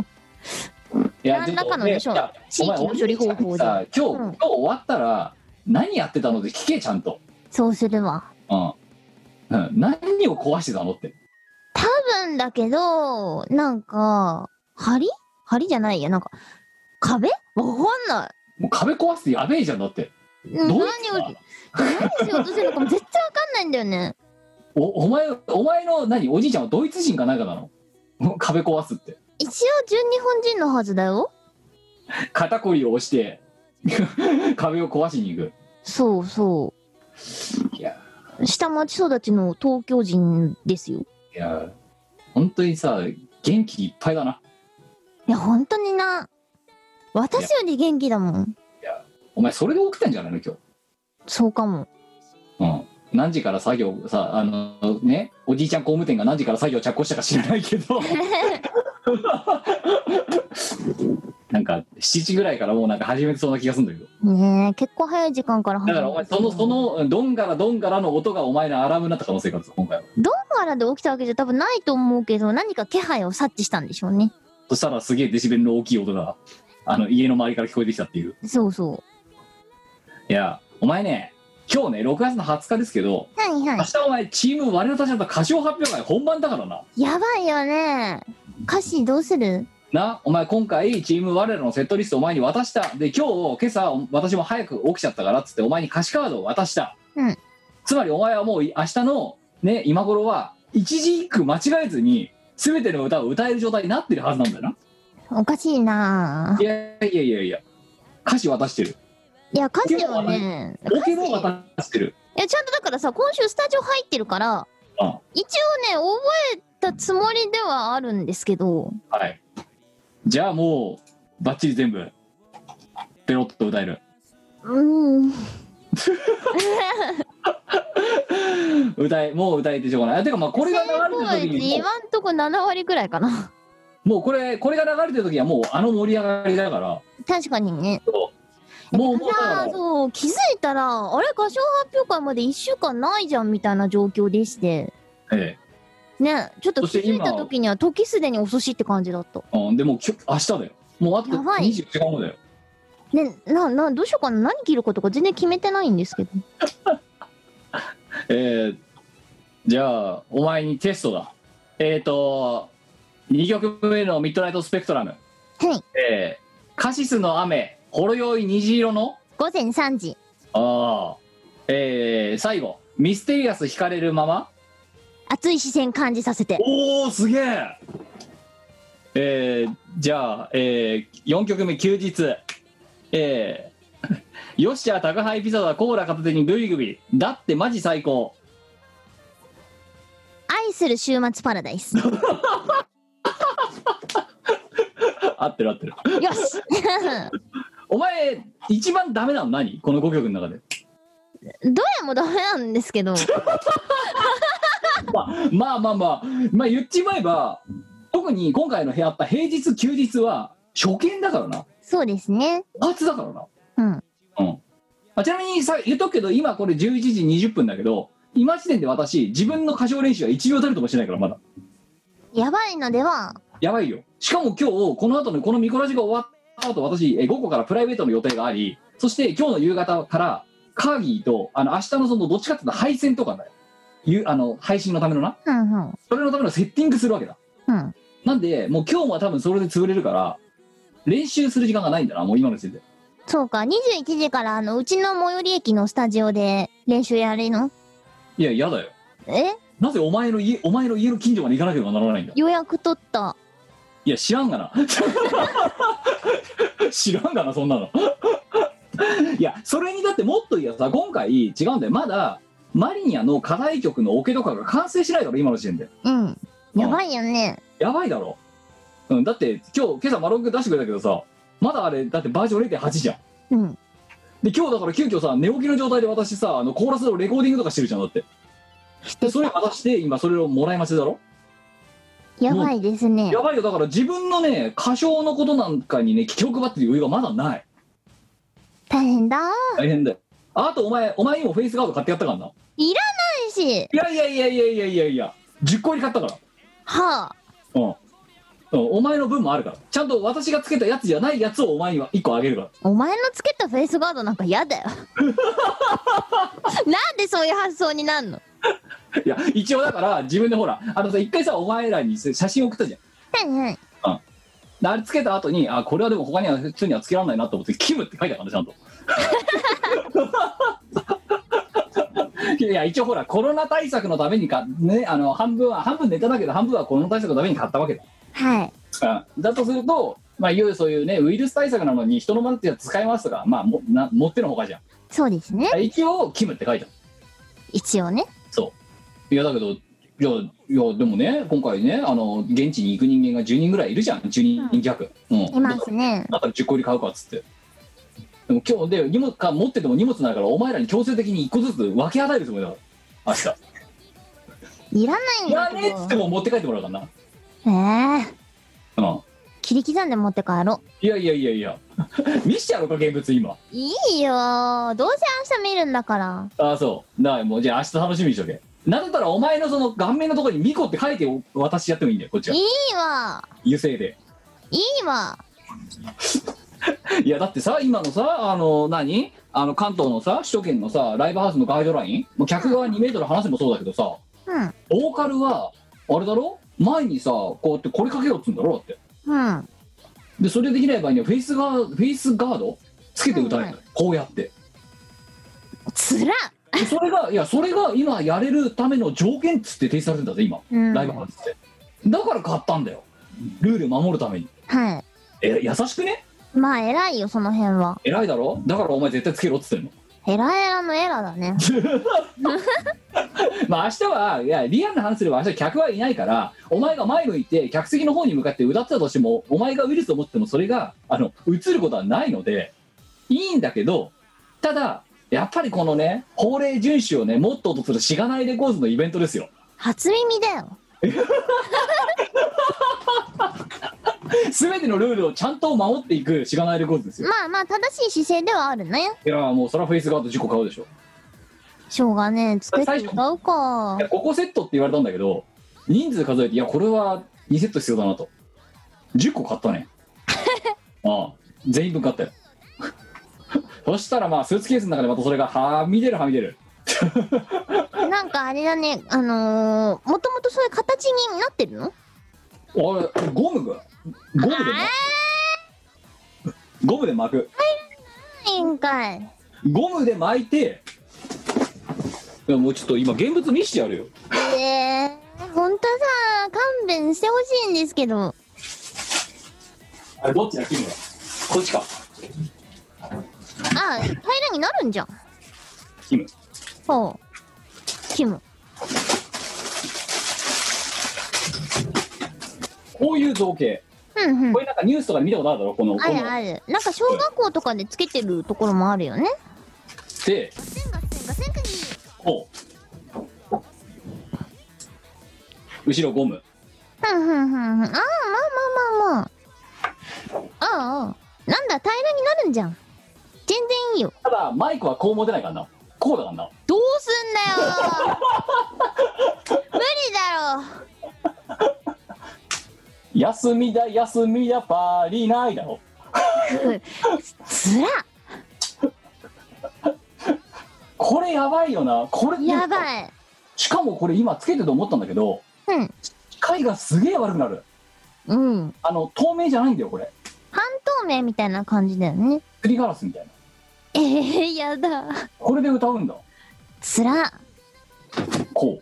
Speaker 1: う
Speaker 3: いや
Speaker 1: 何らかのでしょう
Speaker 3: いや
Speaker 1: 地域の処理方法で
Speaker 3: お前おじいちゃんにさ今日、
Speaker 1: うん
Speaker 3: 今日終わったら何やってたのって聞けちゃんと
Speaker 1: そうするわ
Speaker 3: うん、うん、何を壊してたのって
Speaker 1: 多分だけどなんか梁梁じゃないやなんか壁わかんない
Speaker 3: もう壁壊すってやべえじゃんだって
Speaker 1: うん何
Speaker 3: どう
Speaker 1: を
Speaker 3: やってさ
Speaker 1: 何しようとしてるのかも絶対わかんないんだよね
Speaker 3: おお前お前の何おじいちゃんはドイツ人かなんかなの (laughs) 壁壊すって
Speaker 1: 一応純日本人のはずだよ
Speaker 3: 肩こりを押して (laughs) 壁を壊しに行く
Speaker 1: そうそ
Speaker 3: いや
Speaker 1: う下町育ちの東京人ですよ
Speaker 3: いや本当にさ元気いっぱいだない
Speaker 1: や本当にな私より元気だもん
Speaker 3: お前それで起きたんじゃないの今
Speaker 1: そうか
Speaker 3: (laughs)
Speaker 1: も
Speaker 3: 日、うん、何時から作業さあのねおじいちゃん工務店が何時から作業着工したか知らないけど (laughs) なんか7時ぐらいからもうなんか始めてそうな気がするんだけど
Speaker 1: ねえ結構早い時間から始まる
Speaker 3: だからお前そのそのどんがらどんがらの音がお前のアラームになった可能性があるぞ今回は
Speaker 1: どんがらで起きたわけじゃ多分ないと思うけど何か気配を察知したんでしょうね
Speaker 3: そしたらすげえデシベルの大きい音があの家の周りから聞こえてきたっていう
Speaker 1: そうそう
Speaker 3: いやお前ね今日ね6月の20日ですけど
Speaker 1: はいは
Speaker 3: 明日お前チーム我の他社と歌唱発表会本番だからない
Speaker 1: やばいよね歌詞どうする
Speaker 3: なお前今回チーム我らのセットリストをお前に渡したで今日今朝私も早く起きちゃったからっつってお前に歌詞カードを渡した、
Speaker 1: うん
Speaker 3: つまりお前はもうい明日のね今頃は一字一句間違えずに全ての歌を歌える状態になってるはずなんだよな
Speaker 1: おかしいない
Speaker 3: やいやいやいや歌詞渡してる
Speaker 1: いや歌詞はね
Speaker 3: オケも
Speaker 1: 歌詞
Speaker 3: 渡してる
Speaker 1: いやちゃんとだからさ今週スタジオ入ってるから
Speaker 3: うん
Speaker 1: 一応ね覚えたつもりではあるんですけど
Speaker 3: はいじゃあもうバッチリ全部ペロッと歌える
Speaker 1: うーん
Speaker 3: 歌えもう歌えてしょうがないあてかまあこれが流れてる時にもう
Speaker 1: 今んとこ7割ぐらいかな (laughs)
Speaker 3: もうこれこれが流れてる時はもうあの盛り上がりだから
Speaker 1: 確かにね
Speaker 3: もうもうだ
Speaker 1: さあ
Speaker 3: から
Speaker 1: そう気づいたらあれ歌唱発表会まで1週間ないじゃんみたいな状況でして
Speaker 3: え
Speaker 1: ねちょっと
Speaker 3: そ
Speaker 1: 気
Speaker 3: して
Speaker 1: づい
Speaker 3: 今
Speaker 1: た時には時すでに遅しって感じだった
Speaker 3: えうん、でもきょ明日だよもうあと
Speaker 1: やばい
Speaker 3: 24時間後だよ
Speaker 1: ねななどうしようかな何着るかとか全然決めてないんですけど
Speaker 3: えーじゃあお前にテストだえっ、と2曲目の「ミッドナイトスペクトラム」
Speaker 1: はい
Speaker 3: えーカシスの雨ほろ酔い虹色の」
Speaker 1: 午前3時
Speaker 3: ああえー最後「ミステリアス惹かれるまま」
Speaker 1: 熱い視線感じさせて
Speaker 3: おおすげええー、じゃあ、えー、4曲目休日えー、 (laughs) よっしゃ宅配ピザだコーラ片手にグビグビだってマジ最高
Speaker 1: 愛する週末パラダイス
Speaker 3: 合ってる合ってる
Speaker 1: よし
Speaker 3: お前一番ダメなの何この5曲の中で
Speaker 1: (laughs) どれもダメなんですけど
Speaker 3: まあまあまあまあ言っちまえば特に今回の部屋あった平日休日は初見だからな
Speaker 1: そうですね
Speaker 3: 初だからな
Speaker 1: うん
Speaker 3: うんあちなみにさ言っとくけど今これ11時20分だけど今時点で私自分の歌唱練習は1秒たりともしてないからまだ
Speaker 1: やばいのでは
Speaker 3: やばいよしかも今日この後のこのミコラジが終わった後私え午後からプライベートの予定がありそして今日の夕方からカーギーとあの明日のそのどっちかっていうと配線とかだよゆあの配信のためのな
Speaker 1: うんうん
Speaker 3: それのためのセッティングするわけだ
Speaker 1: うん
Speaker 3: なんでもう今日も多分それで潰れるから練習する時間がないんだなもう今の時点で
Speaker 1: そうか21時からあのうちの最寄り駅のスタジオで練習やるの
Speaker 3: いや嫌だよ
Speaker 1: え
Speaker 3: なぜお前の家お前の家の近所まで行かなければならないんだ
Speaker 1: 予約取った
Speaker 3: (laughs) いや知らんがな知らんがなそんなの (laughs) いやそれにだってもっと言えばさ今回違うんだよまだマリニアの課題曲のオケとかが完成しないだろ今の時点で
Speaker 1: うん。やば
Speaker 3: い
Speaker 1: いよね。
Speaker 3: やばいだろ、うん、だって今日今朝マロン君出してくれたけどさまだあれだってバージョン0.8じゃん
Speaker 1: うん。
Speaker 3: で今日だから急遽さ寝起きの状態で私さあのコーラスのレコーディングとかしてるじゃんだって
Speaker 1: して
Speaker 3: でそれ渡して今それをもらい待ちだろ
Speaker 1: やばいですね
Speaker 3: や。ばいよだから自分のね歌唱のことなんかにね気を配ってる余裕がまだない
Speaker 1: 大変だ。
Speaker 3: 大変だよあとお前お前にもフェイスガード買ってやったからな
Speaker 1: ないし。
Speaker 3: いやいやいやいやいやいやいや10個入り買ったから
Speaker 1: はあ。
Speaker 3: うん、うん、お前の分もあるからちゃんと私がつけたやつじゃないやつをお前には1個あげるから
Speaker 1: お前のつけたフェイスガードなんか嫌だよ。なんでそういう発想になんの
Speaker 3: いや一応だから自分でほらあのさ一回さお前らにさ写真送ったじゃん
Speaker 1: はいはい。
Speaker 3: であれつけた後にあこれはでも他には普通にはつけられないなと思って「キム」って書いたからねちゃんと (laughs) いや一応ほらコロナ対策のためにかねあの半分は半分ネタだけど半分はコロナ対策のために買ったわけだ
Speaker 1: はい。
Speaker 3: うんだとすると、まあ、いよいよそういうねウイルス対策なのに人のものってやつ使いますとか、まあ、もな持ってのほかじゃ
Speaker 1: そうですね。
Speaker 3: ん一応キムって書いた
Speaker 1: 一応ね。
Speaker 3: そういやだけどいやいやでもね今回ねあの現地に行く人間が10人ぐらいいるじゃん10人弱、うん
Speaker 1: いますね。
Speaker 3: だから10個入り買うかっつってでも今日で荷物か持ってても荷物ないからお前らに強制的に1個ずつ分け与えるつもりだから明
Speaker 1: いらな
Speaker 3: 日
Speaker 1: いん
Speaker 3: い
Speaker 1: だ
Speaker 3: や
Speaker 1: け
Speaker 3: ねえっつって
Speaker 1: ど。
Speaker 3: も持って帰ってもらうから
Speaker 1: ええ。
Speaker 3: なうん
Speaker 1: 切り刻んで持って帰ろう。
Speaker 3: いやいやいやいや見してやろうか現物今
Speaker 1: いいよーどうせ明日見るんだから。
Speaker 3: ああそうだからもうじゃあ明日楽しみにしとけなんだったらお前のその顔面のところにミコって書いて渡してやってもいいんだよこっちはい
Speaker 1: いわ
Speaker 3: 油性で
Speaker 1: いいわ
Speaker 3: いやだってさ今のさあの何あの関東のさ首都圏のさライブハウスのガイドラインもう客側2メートル離せもそうだけどさ、
Speaker 1: うん。
Speaker 3: ボーカルはあれだろ前にさこうやってこれかけろっつうんだろだって
Speaker 1: うん。
Speaker 3: でそれできない場合にはフェイスガーフェイスガードつけて歌える、
Speaker 1: はいは
Speaker 3: こうやって
Speaker 1: つらっ
Speaker 3: でそれがいやそれが今やれるための条件っつって提示されてんだぜ今、
Speaker 1: うん。
Speaker 3: ライブハウスってだから買ったんだよルール守るために
Speaker 1: は
Speaker 3: え優しくね
Speaker 1: い。まあ、偉いよ、その辺は。
Speaker 3: 偉いだろだからお前絶対つけろっつってんの
Speaker 1: ヘラヘラのエラだね。
Speaker 3: まあ明日はいやリアルな話すれば明日客はいないからお前が前向いて客席の方に向かって歌ってたとしてもお前がウイルスを持ってもそれがあの映ることはないのでいいんだけどただやっぱりこのね法令遵守をねモットーとするしがないレコーズのイベントですよ
Speaker 1: 初耳だよ。
Speaker 3: 全てのルールをちゃんと守っていくしがないレコーズですよ
Speaker 1: まあまあ、正しい姿勢ではあるね。
Speaker 3: いやーもうそらフェイスガード10個買うでしょ
Speaker 1: しょうがねえ。作って歌うか
Speaker 3: い。や5個セットって言われたんだけど人数数えていやこれは2セット必要だなと10個買っ
Speaker 1: (laughs)
Speaker 3: たねああ全員分買ったよ (laughs) そしたらまあスーツケースの中でまたそれがはみ出るはみ出る
Speaker 1: なんかあれだね、あのー、もともとそういう形になってるの
Speaker 3: おいゴムがゴムで巻くゴムで巻く
Speaker 1: いいんかい。
Speaker 3: ゴムで巻いていやもうちょっと今現物見してやるよ
Speaker 1: えー、ほんとさ、勘弁してほしいんですけど。
Speaker 3: あれどっちだ切るのこっちか
Speaker 1: あ、平らになるんじゃん。
Speaker 3: キム
Speaker 1: ほう。キム。
Speaker 3: こういう造形
Speaker 1: うんうん
Speaker 3: こ。れなんかニュースとかで見たことあるだろこの
Speaker 1: あ
Speaker 3: こ
Speaker 1: るあ
Speaker 3: の
Speaker 1: る。なんか小学校とかでつけてるところもあるよね。
Speaker 3: で
Speaker 1: ガセンガセンガセンクニー。
Speaker 3: こう後ろゴム
Speaker 1: ふんふんふんふん。ああ、まあまあまあまあ。ああ、なんだ、平らになるんじゃん。全然いいよ。
Speaker 3: ただマイクはこう持てないからなこうだからな
Speaker 1: どうすんだよ無理だろ
Speaker 3: 休みだ休みだパーリーナイだろ
Speaker 1: (laughs) つら
Speaker 3: これやばいよなこれ
Speaker 1: やばい。
Speaker 3: しかもこれ今つけてて思ったんだけど
Speaker 1: うん。
Speaker 3: 視界がすげえ悪くなる
Speaker 1: うん。
Speaker 3: あの透明じゃないんだよこれ
Speaker 1: 半透明みたいな感じだよね。
Speaker 3: すりガラスみたいな
Speaker 1: ええやだ。
Speaker 3: これで歌うんだ
Speaker 1: つら
Speaker 3: こ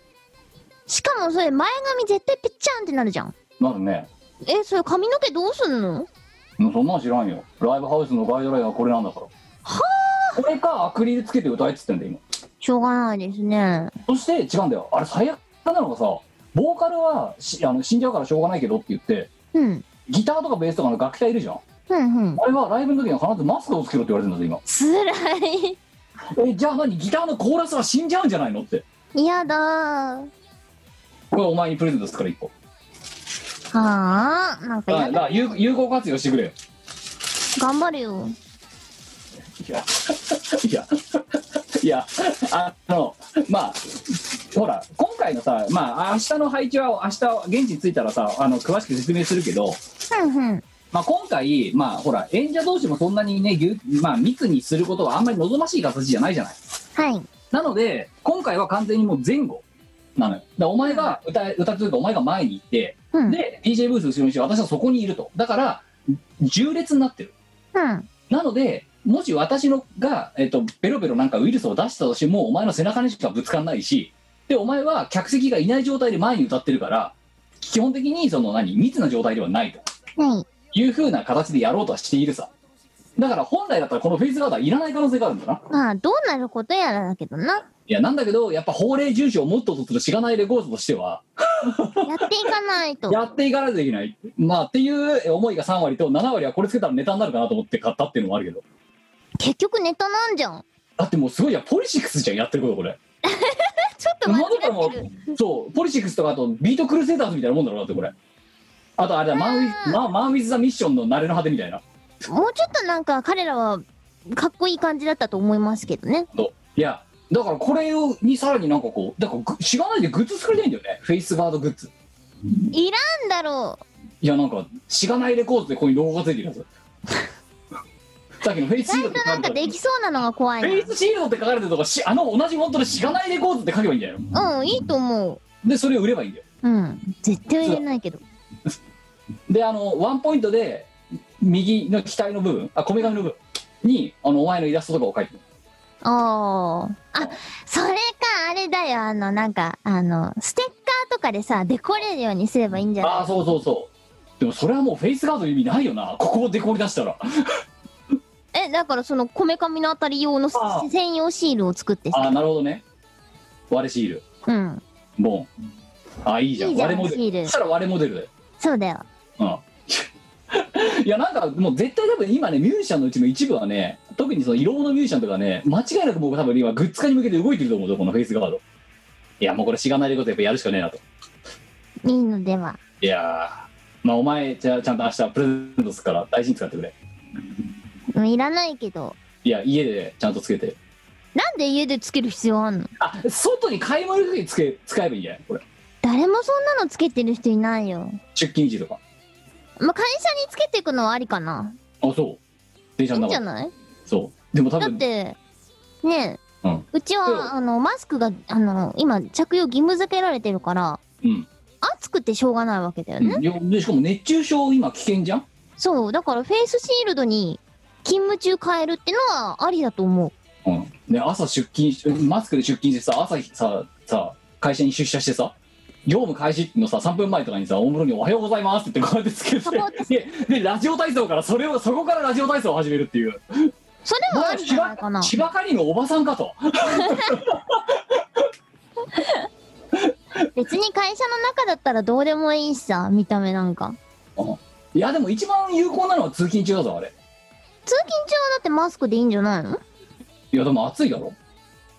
Speaker 1: しかもそれ前髪絶対ぺっちゃんってなるじゃん。
Speaker 3: うなるね
Speaker 1: え、それ髪の毛どうすんの
Speaker 3: もうそんなん知らんよライブハウスのガイドラインはこれなんだから
Speaker 1: あ
Speaker 3: これかアクリルつけて歌えっつってんだよ今
Speaker 1: しょうがないですね。
Speaker 3: そして違うんだよあれ最悪なのがさボーカルはしあの死んじゃうからしょうがないけどって言って
Speaker 1: うん。
Speaker 3: ギターとかベースとかの楽器隊いるじゃん
Speaker 1: うんうん。
Speaker 3: あれはライブの時には必ずマスクをつけろって言われてるんだよ
Speaker 1: つらい。
Speaker 3: 今えじゃあ何ギターのコーラスは死んじゃうんじゃないのって
Speaker 1: 嫌だー。
Speaker 3: これお前にプレゼントするから1個
Speaker 1: はあ、なんか
Speaker 3: だ
Speaker 1: 嫌
Speaker 3: か
Speaker 1: だ。
Speaker 3: ら有有効活用してくれよ
Speaker 1: 頑張るよ。
Speaker 3: いやいや (laughs) いやあのまあほら今回のさまあ明日の配置は明日現地に着いたらさあの詳しく説明するけど
Speaker 1: うんうん。
Speaker 3: まあ、今回、まあ、ほら演者同士もそんなにね、ぎゅまあ、密にすることはあんまり望ましい形じゃないじゃない
Speaker 1: はい。
Speaker 3: なので今回は完全にもう前後なのよだからお前が歌え歌ってるかお前が前に行って
Speaker 1: うん。うん。
Speaker 3: で DJ ブース後ろにして私はそこにいるとだから重列になってるなのでもし私のが、えっとベロベロなんかウイルスを出したとしてもお前の背中にしかぶつかんないしでお前は客席がいない状態で前に歌ってるから基本的にその何密な状態ではないと。
Speaker 1: はい。
Speaker 3: いうふうな形でやろうとはしているさだから本来だったらこのフェイスガードはいらない可能性があるんだな
Speaker 1: まあ、どうなることやらだけどな。
Speaker 3: いやなんだけどやっぱ法令遵守をもっととするしがないレコードとしては
Speaker 1: やっていかないと。
Speaker 3: やっていかないといけないまあっていう思いが3割と7割はこれつけたらネタになるかなと思って買ったっていうのもあるけど
Speaker 1: 結局ネタなんじゃん。
Speaker 3: だってもうすごいいやポリシックスじゃんやってることこれ
Speaker 1: ちょっと間違
Speaker 3: 今だからも
Speaker 1: ってる。
Speaker 3: うそうポリシックスとかあとビートクルセーダーズみたいなもんだろうなってこれあとあれだマンウィズ・ママンウィズザ・ミッションの慣れの果てみたいな
Speaker 1: もうちょっとなんか彼らは、かっこいい感じだったと思いますけどね。
Speaker 3: いやだからこれをにさらになんかこうだからぐしがないでグッズ作りたいんだよねフェイスガードグッズ
Speaker 1: いらんだろ
Speaker 3: いやなんかしがないレコードでここにロゴがついてるや (laughs) つさっきのフェイ
Speaker 1: う。
Speaker 3: ス
Speaker 1: ち
Speaker 3: シ
Speaker 1: ゃ
Speaker 3: ールド
Speaker 1: んとな
Speaker 3: って書かれ
Speaker 1: ん
Speaker 3: て
Speaker 1: か
Speaker 3: る
Speaker 1: できそうなのが怖い
Speaker 3: フェイスシールドって書かれてるとこしあの同じフォントでしがないレコードって書けばいいんだよ
Speaker 1: な。うん、いいと思う。
Speaker 3: でそれを売ればいいんだよ
Speaker 1: うん。絶対入れないけど。
Speaker 3: であのワンポイントで右の機体の部分あこめかみの部分にあのお前のイラストとかを描いてる
Speaker 1: ああ。あ、それか、あれだよ。あの、なんか、あの、ステッカーとかでさ、デコれるようにすればいいんじゃな
Speaker 3: ああそうそうそうでもそれはもうフェイスガードの意味ないよなここをデコり出 (laughs) したら
Speaker 1: いえ、だからその、こめかみのあたり用のす
Speaker 3: ああ
Speaker 1: 専用シールを作って
Speaker 3: あ
Speaker 1: さ。
Speaker 3: あなるほどね割れシール
Speaker 1: うん。
Speaker 3: ボンあいいじゃん
Speaker 1: いいじゃん
Speaker 3: 割れモデ
Speaker 1: シー
Speaker 3: ル
Speaker 1: ル
Speaker 3: そしたら割れモデルだよ
Speaker 1: そうだよ。
Speaker 3: (laughs) うん、いやなんかもう絶対多分今ねミュージシャンのうちの一部はね特にその色物ミュージシャンとかね間違いなくもう多分今グッズ化に向けて動いてると思うぞこのフェイスガードいやもうこれしがないでことやっぱやるしかねえなと
Speaker 1: いいのでは。
Speaker 3: いやーまあお前じゃあちゃんと明日プレゼントするから大事に使ってくれ
Speaker 1: うんいらないけど。
Speaker 3: いや家でちゃんとつけて
Speaker 1: なんで家でつける必要あんの
Speaker 3: あ外に買い物行く時につけ使えばいいんじゃないこれ
Speaker 1: 誰もそんなのつけてる人いないよ。
Speaker 3: 出勤時とか
Speaker 1: まあ、会社につけていくのはありかな。
Speaker 3: あそう電
Speaker 1: い
Speaker 3: 車
Speaker 1: い
Speaker 3: の
Speaker 1: んじゃ
Speaker 3: 中
Speaker 1: な
Speaker 3: で
Speaker 1: い
Speaker 3: そうでも多
Speaker 1: だっ
Speaker 3: 分
Speaker 1: て、ねえ、
Speaker 3: う
Speaker 1: うんち
Speaker 3: うん
Speaker 1: は、あの、マスクが、あの、今、着用義務付けられてるから、
Speaker 3: うん、
Speaker 1: 暑くてしょうがないわけだよ
Speaker 3: う
Speaker 1: ね。
Speaker 3: んいやでしかも熱中症今危険じゃん
Speaker 1: そう、だからフェイスシールドに勤務中変えるってのはありだと思う。
Speaker 3: うん、ね朝出勤しマスクで出勤してさ朝日ささ会社に出社してさ業務開始のさ3分前とかにさおもろに「おはようございます」って言ってこうやってつけ
Speaker 1: サポート
Speaker 3: てででラジオ体操からそれをそこからラジオ体操を始めるっていう
Speaker 1: それはありじゃないかな。
Speaker 3: 千葉刈りのおばさんかと
Speaker 1: 別に会社の中だったらどうでもいいしさ、見た目なんか。
Speaker 3: いやでも一番有効なのは通勤中だぞあれ
Speaker 1: 通勤中はだってマスクでいいんじゃないの
Speaker 3: いやでも暑いだろ、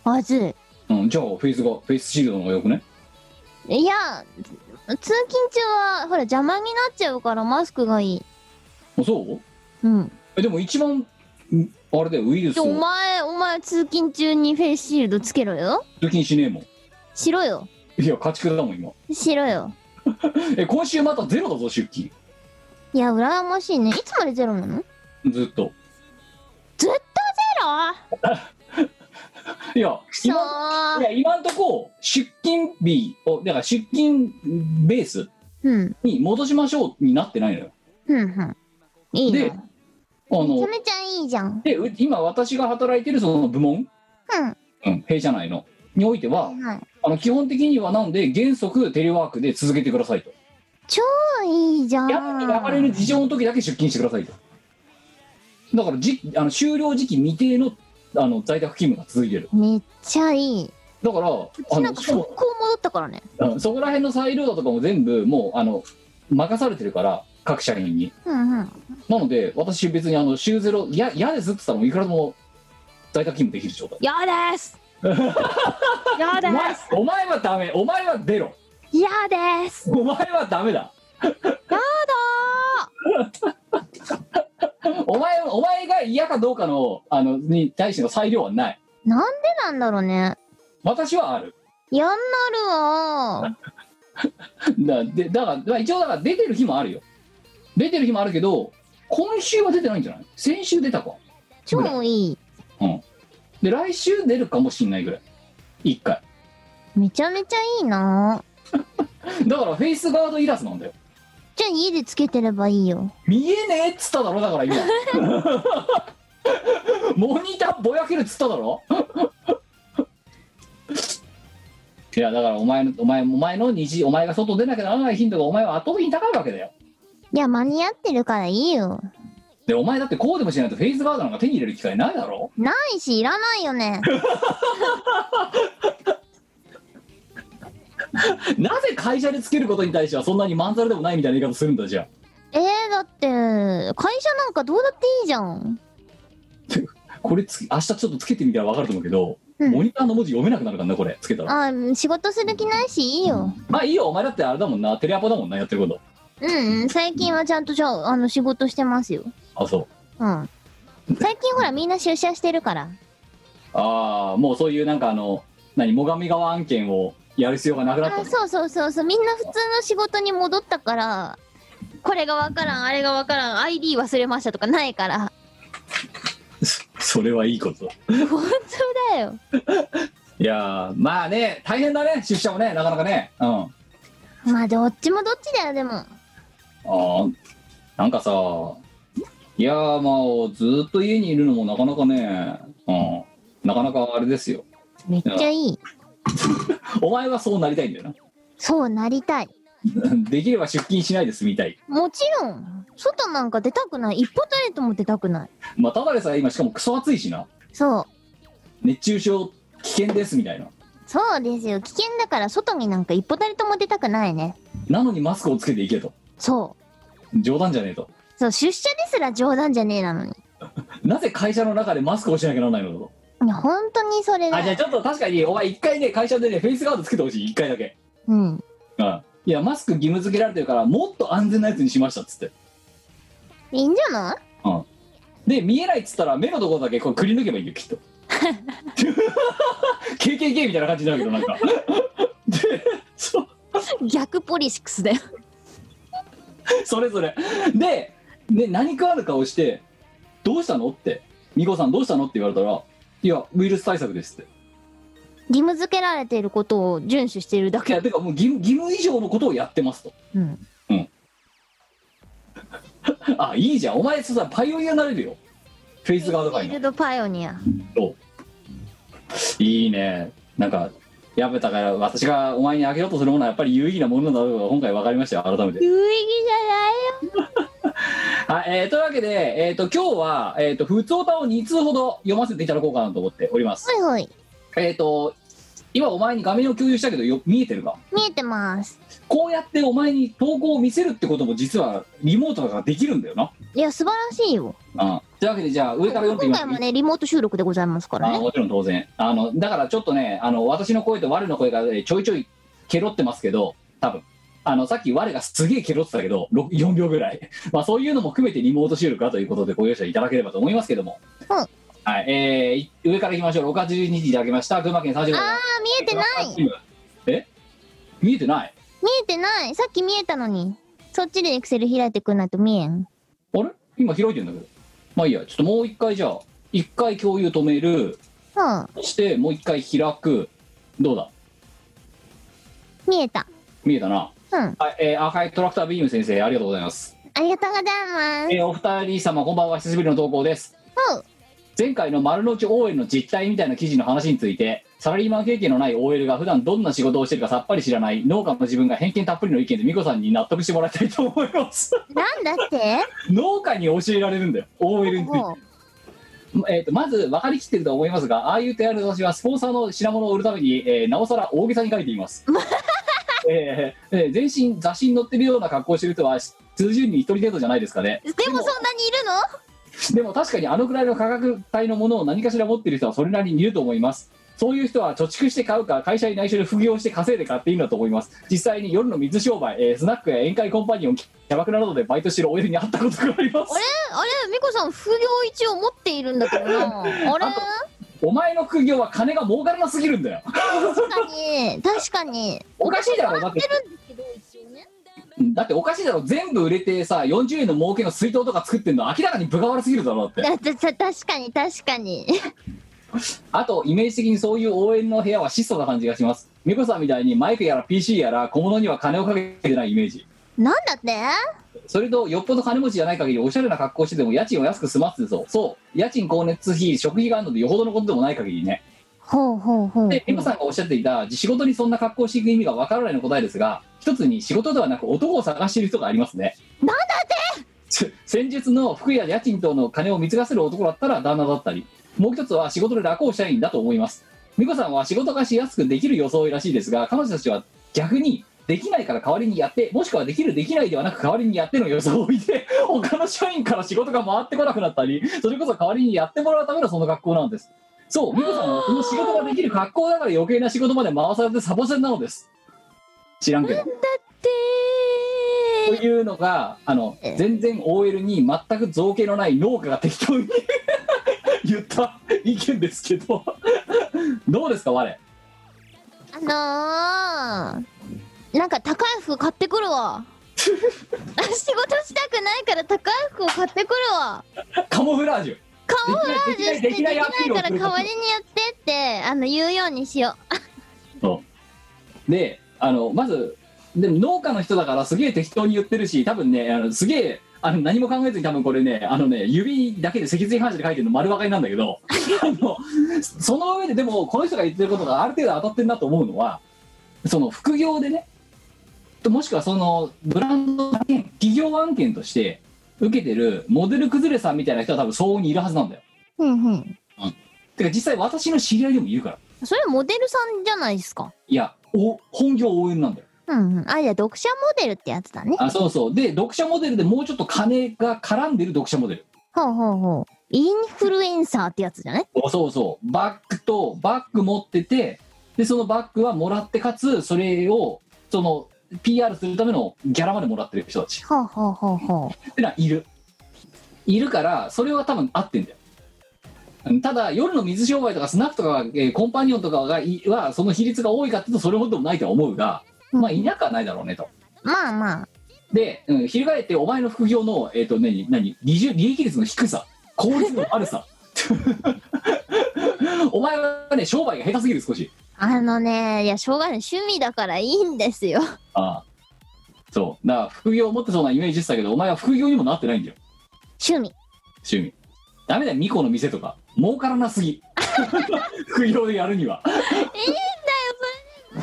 Speaker 1: 暑い。
Speaker 3: うん、じゃあフェイスがフェイスシールドの方がよくね
Speaker 1: いや、つ通勤中は、ほら、邪魔になっちゃうからマスクがいい。
Speaker 3: あそ
Speaker 1: う
Speaker 3: う
Speaker 1: ん。
Speaker 3: えでも一番んあれだよウイルス
Speaker 1: じゃあお
Speaker 3: を
Speaker 1: 前、お前、通勤中にフェイスシールドつけろよ。
Speaker 3: 通勤しねえも
Speaker 1: しろよ。
Speaker 3: んいや家畜だもん今
Speaker 1: しろよ。
Speaker 3: え今週またゼロだぞ出勤
Speaker 1: いや、羨ましいね。いつまでゼロなの
Speaker 3: ずっと
Speaker 1: ずっとゼロ
Speaker 3: いや
Speaker 1: くそ
Speaker 3: 今
Speaker 1: ー
Speaker 3: いや今んとこ出勤日をだから出勤ベース
Speaker 1: うん。
Speaker 3: に戻しましょうになってないのよ
Speaker 1: うんうん。いいね。
Speaker 3: であ
Speaker 1: めち
Speaker 3: の
Speaker 1: ゃめちゃいいじゃん。
Speaker 3: でう今私が働いてるその部門、
Speaker 1: う
Speaker 3: うん、弊社内のにおいては
Speaker 1: ん。はい。
Speaker 3: あの基本的にはなんで原則テレワークで続けてくださいと
Speaker 1: 超いいじゃん。
Speaker 3: やっぱり流れる事情の時だけ出勤してくださいとだからじあの終了時期未定のあの在宅勤務が続いてる
Speaker 1: めっちゃいい。
Speaker 3: だからあ
Speaker 1: うちなん
Speaker 3: の
Speaker 1: か
Speaker 3: しか
Speaker 1: 速
Speaker 3: も
Speaker 1: 攻戻ったからね。
Speaker 3: うんそこら辺の裁量だとかも全部もうあの任されてるから各社員に
Speaker 1: うんうん。
Speaker 3: なので私別にあの週ゼロいや嫌ですって言ったらもういくらでも在宅勤務できる状態
Speaker 1: やです
Speaker 3: (laughs)
Speaker 1: や
Speaker 3: お前
Speaker 1: です
Speaker 3: お前はダメお前は出ろ
Speaker 1: やです
Speaker 3: お前はダメだお前お前が嫌かどうかのあのに対しての裁量はない
Speaker 1: なんでなんだろうね。
Speaker 3: 私はある
Speaker 1: やんなるわ。
Speaker 3: だでだからだから一応だから出てる日もあるよ出てる日もあるけど今週は出てないんじゃない先週出たか
Speaker 1: 超いい。
Speaker 3: で来週出るかもしんないぐらい一回
Speaker 1: めちゃめちゃいいな。
Speaker 3: だからフェイスガードいらずなんだよ
Speaker 1: じゃあ家でつけてればいいよ。
Speaker 3: 見えねえっつっただろだから今 (laughs) モニターぼやけるっつっただろいやだからお前のお前お前の日お前が外出なきゃならない頻度がお前は圧倒的に高いわけだよ
Speaker 1: いや、間に合ってるからいいよ。
Speaker 3: でお前だってこうでもしないとフェイスガードなんか手に入れる機会ないだろ
Speaker 1: ないし、いらないよね。 (laughs)
Speaker 3: なぜ会社でつけることに対してはそんなにまんざらでもないみたいな言い方するんだじゃあ
Speaker 1: えー、だって、会社なんかどうだっていいじゃん。
Speaker 3: これつ明日ちょっとつけてみたら分かると思うけど、
Speaker 1: うん
Speaker 3: モニターの文字読めなくなるからなこれつけたら
Speaker 1: あー、仕事する気ないし、いいよ。
Speaker 3: まあいいよお前だってあれだもんなテレアポだもんなやってること
Speaker 1: うん、うん、最近はちゃんとじゃあ、あの、仕事してますよ。
Speaker 3: あそう
Speaker 1: うん。最近ほら、みんな出社してるから。
Speaker 3: ああもうそういうなんかあの何最上川案件をやる必要がなくなった
Speaker 1: あ
Speaker 3: の
Speaker 1: そうそうそうそうみんな普通の仕事に戻ったからこれがわからんあれがわからん ID 忘れましたとかないから
Speaker 3: (laughs)
Speaker 1: (laughs)
Speaker 3: それはいいこと
Speaker 1: 本当だよ
Speaker 3: いやーまあね大変だね出社もねなかなかねうんあ
Speaker 1: まあどっちもどっちだよでも
Speaker 3: ーなんかさいやーまあずーっと家にいるのもなかなかねうんなかなかあれですよ
Speaker 1: めっちゃいい
Speaker 3: お前はそうな (laughs) りたいんだよ
Speaker 1: そうなりたい
Speaker 3: なできれば出勤しないで済みたい
Speaker 1: もちろん外なんか出たくない一歩たりとも出たくない
Speaker 3: まあただでさえ今しかもクソ暑いしな
Speaker 1: そう
Speaker 3: 熱中症危険ですみたいな
Speaker 1: そうですよ危険だから外になんか一歩たりとも出たくないね
Speaker 3: なのにマスクをつけていけと
Speaker 1: そう
Speaker 3: 冗談じゃねえと
Speaker 1: そう出社ですら冗談じゃねえなのに
Speaker 3: なぜ会社の中でマスクをしなきゃならないのだと
Speaker 1: いや本当にそれ
Speaker 3: あじゃ
Speaker 1: だ
Speaker 3: あちょっと確かにお前一回ね会社でねフェイスガードつけてほしい一回だけ
Speaker 1: うん
Speaker 3: うんいやマスク義務付けられてるからもっと安全なやつにしましたっつって
Speaker 1: いいんじゃない
Speaker 3: で見えないっつったら目のところだけこうくり抜けばいいよきっと KKK みたいな感じになるけどなんかでそ
Speaker 1: 逆ポリシックスだよ
Speaker 3: それぞれでで何食わぬ顔して「どうしたの?」って「ミコさんどうしたの?」って言われたら「いやウイルス対策です」って
Speaker 1: 義務付けられていることを遵守しているだ
Speaker 3: い
Speaker 1: け
Speaker 3: やてかもう義務義務以上のことをやってますと
Speaker 1: うん
Speaker 3: あいいじゃんお前さパイオニアになれるよフェイスガード
Speaker 1: フ
Speaker 3: 界
Speaker 1: ィー
Speaker 3: の
Speaker 1: ルドパイオニア
Speaker 3: いいねなんかやっぱだから私がお前にあげようとするものはやっぱり有意義なものなんだろうが今回分かりましたよ改め
Speaker 1: (laughs)
Speaker 3: て
Speaker 1: 有意義じゃない
Speaker 3: はい、えーというわけで、えー、と今日は、えー、と普通歌を2通ほど読ませていただこうかなと思っております
Speaker 1: ほいほい
Speaker 3: えっ、と今お前に画面を共有したけどよ見えてるか
Speaker 1: 見えてます
Speaker 3: こうやってお前に投稿を見せるってことも実はリモートだからできるんだよな、
Speaker 1: いや素晴らしいよ
Speaker 3: うん、というわけでじゃあ上から読んでみ
Speaker 1: 今
Speaker 3: ます
Speaker 1: 回もねリモート収録でございますから
Speaker 3: あ
Speaker 1: ね
Speaker 3: もちろん当然あのだからちょっとねあの私の声と我の声がえーちょいちょいケロってますけど多分あのさっき我がすげえケロってたけどろ4秒ぐらい (laughs) まあそういうのも含めてリモート収録かということでご容赦いただければと思いますけども、
Speaker 1: うん
Speaker 3: はいえーい上からいきましょう682日いただきました群馬県30代
Speaker 1: あー見えてない
Speaker 3: え見えてない
Speaker 1: 見えてないさっき見えたのにそっちでエクセル開いてくんないと見えん
Speaker 3: あれ今開いてんだけどまあいいやちょっともう一回じゃあ一回共有止める
Speaker 1: うん
Speaker 3: そしてもう一回開くどうだ
Speaker 1: 見えた
Speaker 3: 見えたな
Speaker 1: うん
Speaker 3: はい、えー、アーカイブトラクタービーム先生、ありがとうございます。
Speaker 1: ありがとうございます
Speaker 3: えーお二人様、こんばんは、久しぶりの投稿です。
Speaker 1: うん
Speaker 3: 前回の丸の内 OL の実態みたいな記事の話について、サラリーマン経験のない OL が普段どんな仕事をしてるかさっぱり知らない農家の自分が偏見たっぷりの意見で、美子さんに納得してもらいたいと思います。 (laughs)
Speaker 1: なんだって
Speaker 3: 農家に教えられるんだよ、OL について。
Speaker 1: ほう
Speaker 3: えー、とまず分かりきってると思いますがああいう手荒れの私はスポンサーの品物を売るために、えーなおさら大げさに書いています、えーえー全身雑誌に載ってるような格好をしてる人は数十人一人程度じゃないですかね
Speaker 1: でもそんなにいる
Speaker 3: でも確かにあのくらいの価格帯のものを何かしら持ってる人はそれなりにいると思います。そういう人は貯蓄して買うか会社に内緒で副業して稼いで買っていいんだと思います実際に夜の水商売、えースナックや宴会コンパニオンキャバクラなどでバイトしてる OL に会ったことがあります
Speaker 1: のあれ美子さん副業一応持っているんだけど (laughs) なあれ
Speaker 3: あお前の副業は金が儲からなすぎるんだよ
Speaker 1: 確かに確かに
Speaker 3: おかしいだろだって
Speaker 1: るんですけど一応ね
Speaker 3: だっておかしいだろ全部売れてさ40円の儲けの水筒とか作ってんの明らかに分が悪すぎるだろだって
Speaker 1: だだだ確かに確かに
Speaker 3: あとイメージ的にそういう応援の部屋は質素な感じがします美子さんみたいにマイクやら PC やら小物には金をかけてないイメージ
Speaker 1: なんだって
Speaker 3: それとよっぽど金持ちじゃない限りおしゃれな格好してても家賃を安く済ますぞそう家賃光熱費食費があるのでよほどのことでもない限りね
Speaker 1: ほうほうほう
Speaker 3: で美子さんがおっしゃっていた仕事にそんな格好をしていく意味がわからないの答えですが一つに仕事ではなく男を探している人がありますね
Speaker 1: なん
Speaker 3: だって先日の服や家賃等の金を貢がせる男だったら旦那だったりもう一つは仕事で楽をしたいんだと思います美子さんは仕事がしやすくできる装いらしいですが彼女たちは逆にできないから代わりにやってもしくはできるできないではなく代わりにやっての装いで他の社員から仕事が回ってこなくなったりそれこそ代わりにやってもらうためのその学校なんですそう、美子さんはこの仕事ができる格好だから余計な仕事まで回されてサボせんなのです。知らんけど。と
Speaker 1: で
Speaker 3: いうのが、あの、
Speaker 1: ええ
Speaker 3: 全然 OL に全く造形のない農家が適当に (laughs) 言った意見ですけど、どうですか、我。
Speaker 1: あのー、なんか高い服買ってくる (laughs) わ仕事したくないから高い服を買ってくるわ
Speaker 3: カモフラージュ。
Speaker 1: カモフラージュして
Speaker 3: で
Speaker 1: で
Speaker 3: き
Speaker 1: き
Speaker 3: な
Speaker 1: ないい
Speaker 3: できない
Speaker 1: か
Speaker 3: アピールをす
Speaker 1: ら
Speaker 3: る
Speaker 1: 代わりにやってってあの言うようにしよ
Speaker 3: そうであのまずでも農家の人だからすげえ適当に言ってるし多分ねあのすげえあの何も考えずに多分これねあのね指だけで脊髄反射で書いてるの丸分かりなんだけどあのその上ででもこの人が言ってることがある程度当たってるなと思うのはその副業でねともしくはそのブランドの案件企業案件として受けてるモデル崩れさんみたいな人は多分相応にいるはずなんだよ。
Speaker 1: ううんうん
Speaker 3: てか実際私の知り合いでもいるから
Speaker 1: それモデルさんじゃないですか
Speaker 3: いやお本業応援なんだよ。
Speaker 1: うんうんあいや読者モデルってやつだね
Speaker 3: あそうそうで読者モデルでもうちょっと金が絡んでる読者モデル
Speaker 1: ほうほうほうインフルエンサーってやつじゃね
Speaker 3: おそうそうバッグとバッグ持っててでそのバッグはもらってかつそれをその PR するためのギャラまでもらってる人たち
Speaker 1: ほうほうほうほう
Speaker 3: ってのはいるいるからそれは多分合ってんだようんただ夜の水商売とかスナックとか、えーコンパニオンとかがいはその比率が多いかっていうとそれほどでもないとは思うがまあいなくはないだろうねと
Speaker 1: まあまあ
Speaker 3: で、うん、翻ってお前の副業の、えっと何何利潤利益率の低さ効率の悪さ (laughs) お前はね商売が下手すぎる少し
Speaker 1: あのねいやしょうがない趣味だからいいんですよ
Speaker 3: ああそうだから副業を持ってそうなイメージしてたけどお前は副業にもなってないんだよ
Speaker 1: 趣味
Speaker 3: 趣味ダメだよミコの店とか儲からなすぎ (laughs) 副業でやるには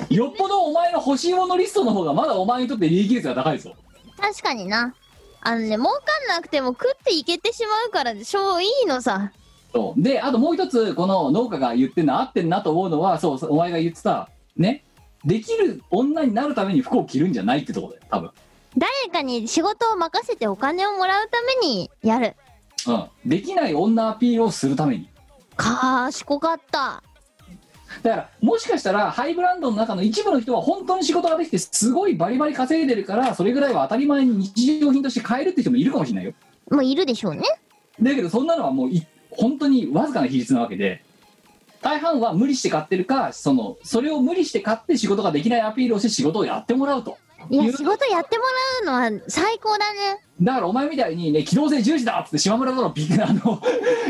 Speaker 3: よっぽどお前の欲しいものリストの方がまだお前にとって利益率が高いぞ
Speaker 1: 確かになあのね儲かんなくても食っていけてしまうからしょういいのさ
Speaker 3: そうであともう一つこの農家が言ってんの合ってんなと思うのはそうそうお前が言ってたねできる女になるために服を着るんじゃないってとこだよ多分、
Speaker 1: 誰かに仕事を任せてお金をもらうためにやる
Speaker 3: うん、できない女アピールをするために
Speaker 1: 賢かった
Speaker 3: だからもしかしたらハイブランドの中の一部の人は本当に仕事ができてすごいバリバリ稼いでるからそれぐらいは当たり前に日常品として買えるって人もいるかもしれないよ
Speaker 1: もういるでしょうね
Speaker 3: だけどそんなのはもうい本当にわずかな比率なわけで大半は無理して買ってるかそのそれを無理して買って仕事ができないアピールをして仕事をやってもらうと
Speaker 1: いや
Speaker 3: 言う
Speaker 1: 仕事やってもらうのは最高だね
Speaker 3: だからお前みたいにね機動性重視だっつって島村とのビッグあの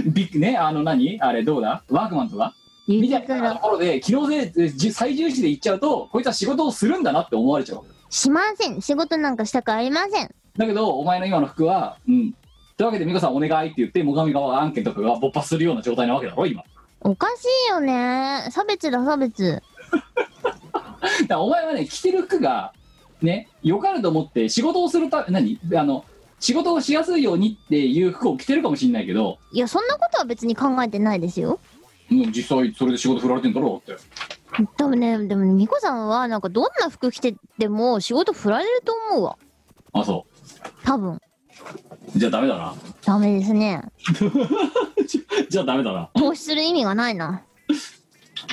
Speaker 3: (laughs) ビッグねあの何あれどうだワークマンとかみたいなところで機能性えじ最重視でいっちゃうとこいつは仕事をするんだなって思われちゃう
Speaker 1: しません仕事なんかしたくありません
Speaker 3: だけどお前の今の服はうんというわけで美子さんお願いって言って最上川案件とかが勃発するような状態なわけだろ今
Speaker 1: おかしいよね差別だ差別
Speaker 3: だからお前はね着てる服がねよかれと思って仕事をするた何あの仕事をしやすいようにっていう服を着てるかもしれないけど、
Speaker 1: いや、そんなことは別に考えてないですよ。
Speaker 3: もう実際それで仕事振られてんだろうって。
Speaker 1: 多分ね、でもね、ミコさんは、なんかどんな服着てても仕事振られると思うわ。
Speaker 3: あ、そ
Speaker 1: 多分。
Speaker 3: う。じゃあダメだな。
Speaker 1: ダメですね。
Speaker 3: じゃあダメだな。
Speaker 1: 投資する意味がないな。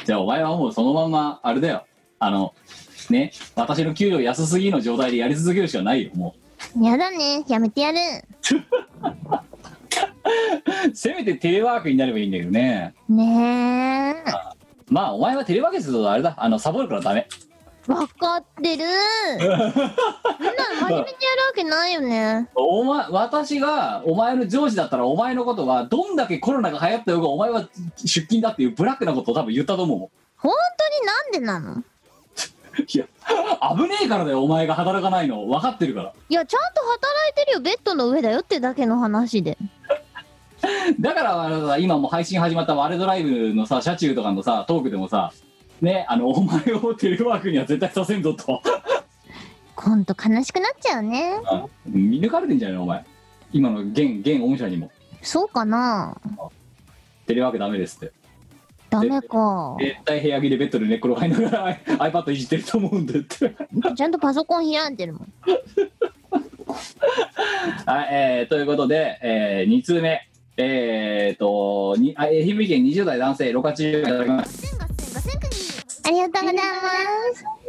Speaker 3: じゃあお前はもうそのまんま、あれだよ。あの、ね、私の給料安すぎの状態でやり続けるしかないよ、も
Speaker 1: やだね。やめてやる。
Speaker 3: う。せめてテレワークになればいいんだけどね。
Speaker 1: ねえ。
Speaker 3: まあ、お前はテレワークするとあれだ。あの、サボるからダメ。
Speaker 1: わかってる。そんなの真面目にやるわけないよね。
Speaker 3: お前、私が、お前の上司だったら、お前のことは、どんだけコロナが流行ったようが、お前は出勤だっていうブラックなことを多分言ったと思うもん。
Speaker 1: 本当になんでなの
Speaker 3: いや、危ねえからだよ、お前が働かないの。分かってるから。
Speaker 1: いや、ちゃんと働いてるよ。ベッドの上だよってだけの話で。
Speaker 3: だからあのさ今もう配信始まったワールドライブのさ車中とかのさトークでもさねあのお前をテレワークには絶対させんぞと (laughs)
Speaker 1: ほんと悲しくなっちゃうね。
Speaker 3: 見抜かれてんじゃないのお前今の現現御社にも
Speaker 1: そうかな
Speaker 3: テレワークダメですって
Speaker 1: ダメか。
Speaker 3: 絶対部屋着でベッドで寝っ転がりながら (laughs) iPad いじってると思うんでって (laughs)
Speaker 1: ちゃんとパソコン開いてるもん。
Speaker 3: はい、えーということで、え2通目えー、とにあ愛媛県20代男性6 8代いただきます、
Speaker 1: ありがとうございます。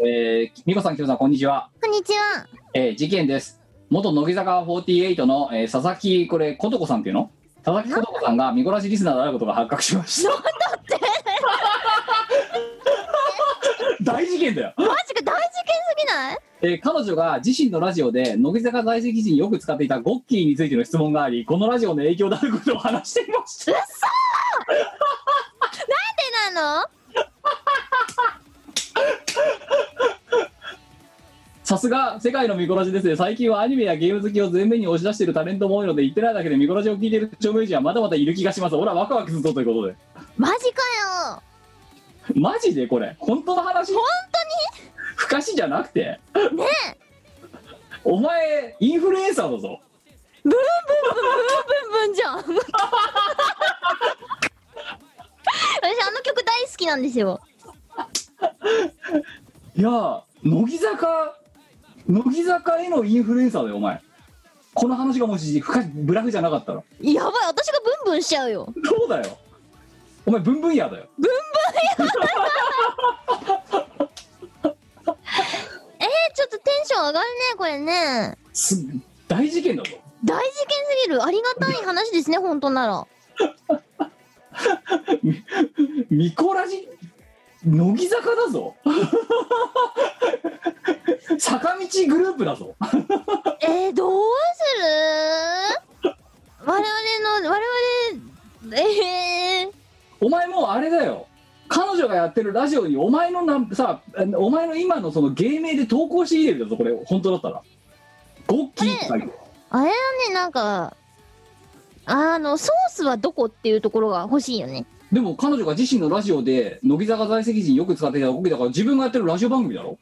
Speaker 3: えー、美子さんきょさんこんにちは
Speaker 1: こんにちは。
Speaker 3: えー事件です元乃木坂48の、えー佐々木これ琴子さんっていうの佐々木琴子さんが見殺しリスナーであることが発覚しましたなんだって大事件だよ、
Speaker 1: マジか大事件すぎない
Speaker 3: えー彼女が自身のラジオで乃木坂在籍時によく使っていたゴッキーについての質問がありこのラジオの影響であることを話してい
Speaker 1: (laughs)
Speaker 3: ました
Speaker 1: ってなの
Speaker 3: さすが世界の見殺しですね最近はアニメやゲーム好きを前面に押し出しているタレントも多いので言ってないだけで見殺しを聞いている著名人はまだまだいる気がします俺はワクワクするぞということで
Speaker 1: マジかよ
Speaker 3: (laughs) マジでこれ本当の話本当に不可視じゃなくてねお前インフルエンサーだぞ
Speaker 1: ブンブンじゃん (laughs) 私あの曲大好きなんですよ
Speaker 3: いや乃木坂乃木坂へのインフルエンサーだよお前この話がもし不可ブラフじゃなかったら
Speaker 1: やばい私がブンブンしちゃうよ
Speaker 3: そうだよお前ブンブンヤーだよ
Speaker 1: えー、ちょっとテンション上がるねこれね
Speaker 3: す大事件だぞ
Speaker 1: 大事件すぎるありがたい話ですね本当なら
Speaker 3: ミコラジ乃木坂だぞ (laughs) 坂道グループだぞ
Speaker 1: えー、どうする我々の我々えー、
Speaker 3: お前もうあれだよ彼女がやってるラジオにお前のなさあのお前の今のその芸名で投稿していいるぞこれ本当だったらゴッキーって書いてる
Speaker 1: あれはねなんかあのソースはどこっていうところが欲しいよね
Speaker 3: でも彼女が自身のラジオで乃木坂在籍時によく使っていたゴッキーだから自分がやってるラジオ番組だろ、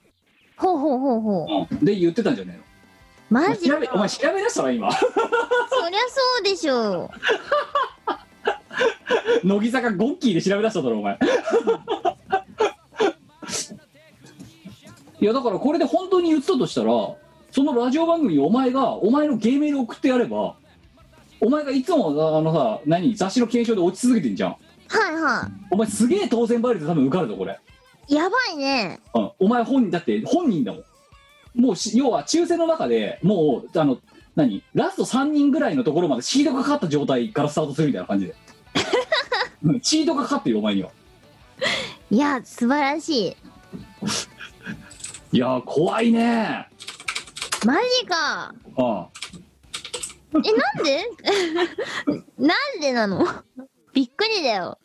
Speaker 1: ほうほうほうほう
Speaker 3: うん、で言ってたんじゃねえ
Speaker 1: マ
Speaker 3: の
Speaker 1: ジ
Speaker 3: 調べお前調べ出したら今
Speaker 1: そりゃそうでしょう。
Speaker 3: 乃木坂ゴッキーで調べ出しただろお前いやだからこれで本当に言ってたとしたらそのラジオ番組にお前がお前の芸名で送ってやればお前がいつもあのさ何雑誌の検証で落ち続けてんじゃん
Speaker 1: はいは
Speaker 3: お前すげえ当選倍率で多分受かるぞこれ、
Speaker 1: い。やばいね。
Speaker 3: うん、お前本人だって本人だもんもうし要は抽選の中でもうあの何ラスト3人ぐらいのところまでシードがかかった状態からスタートするみたいな感じでうんシードがかかってるよお前にはい
Speaker 1: や、素晴らしい。
Speaker 3: いやー怖いね
Speaker 1: マジか。
Speaker 3: うん
Speaker 1: え、なんでなんでな (laughs) のびっくりだよ。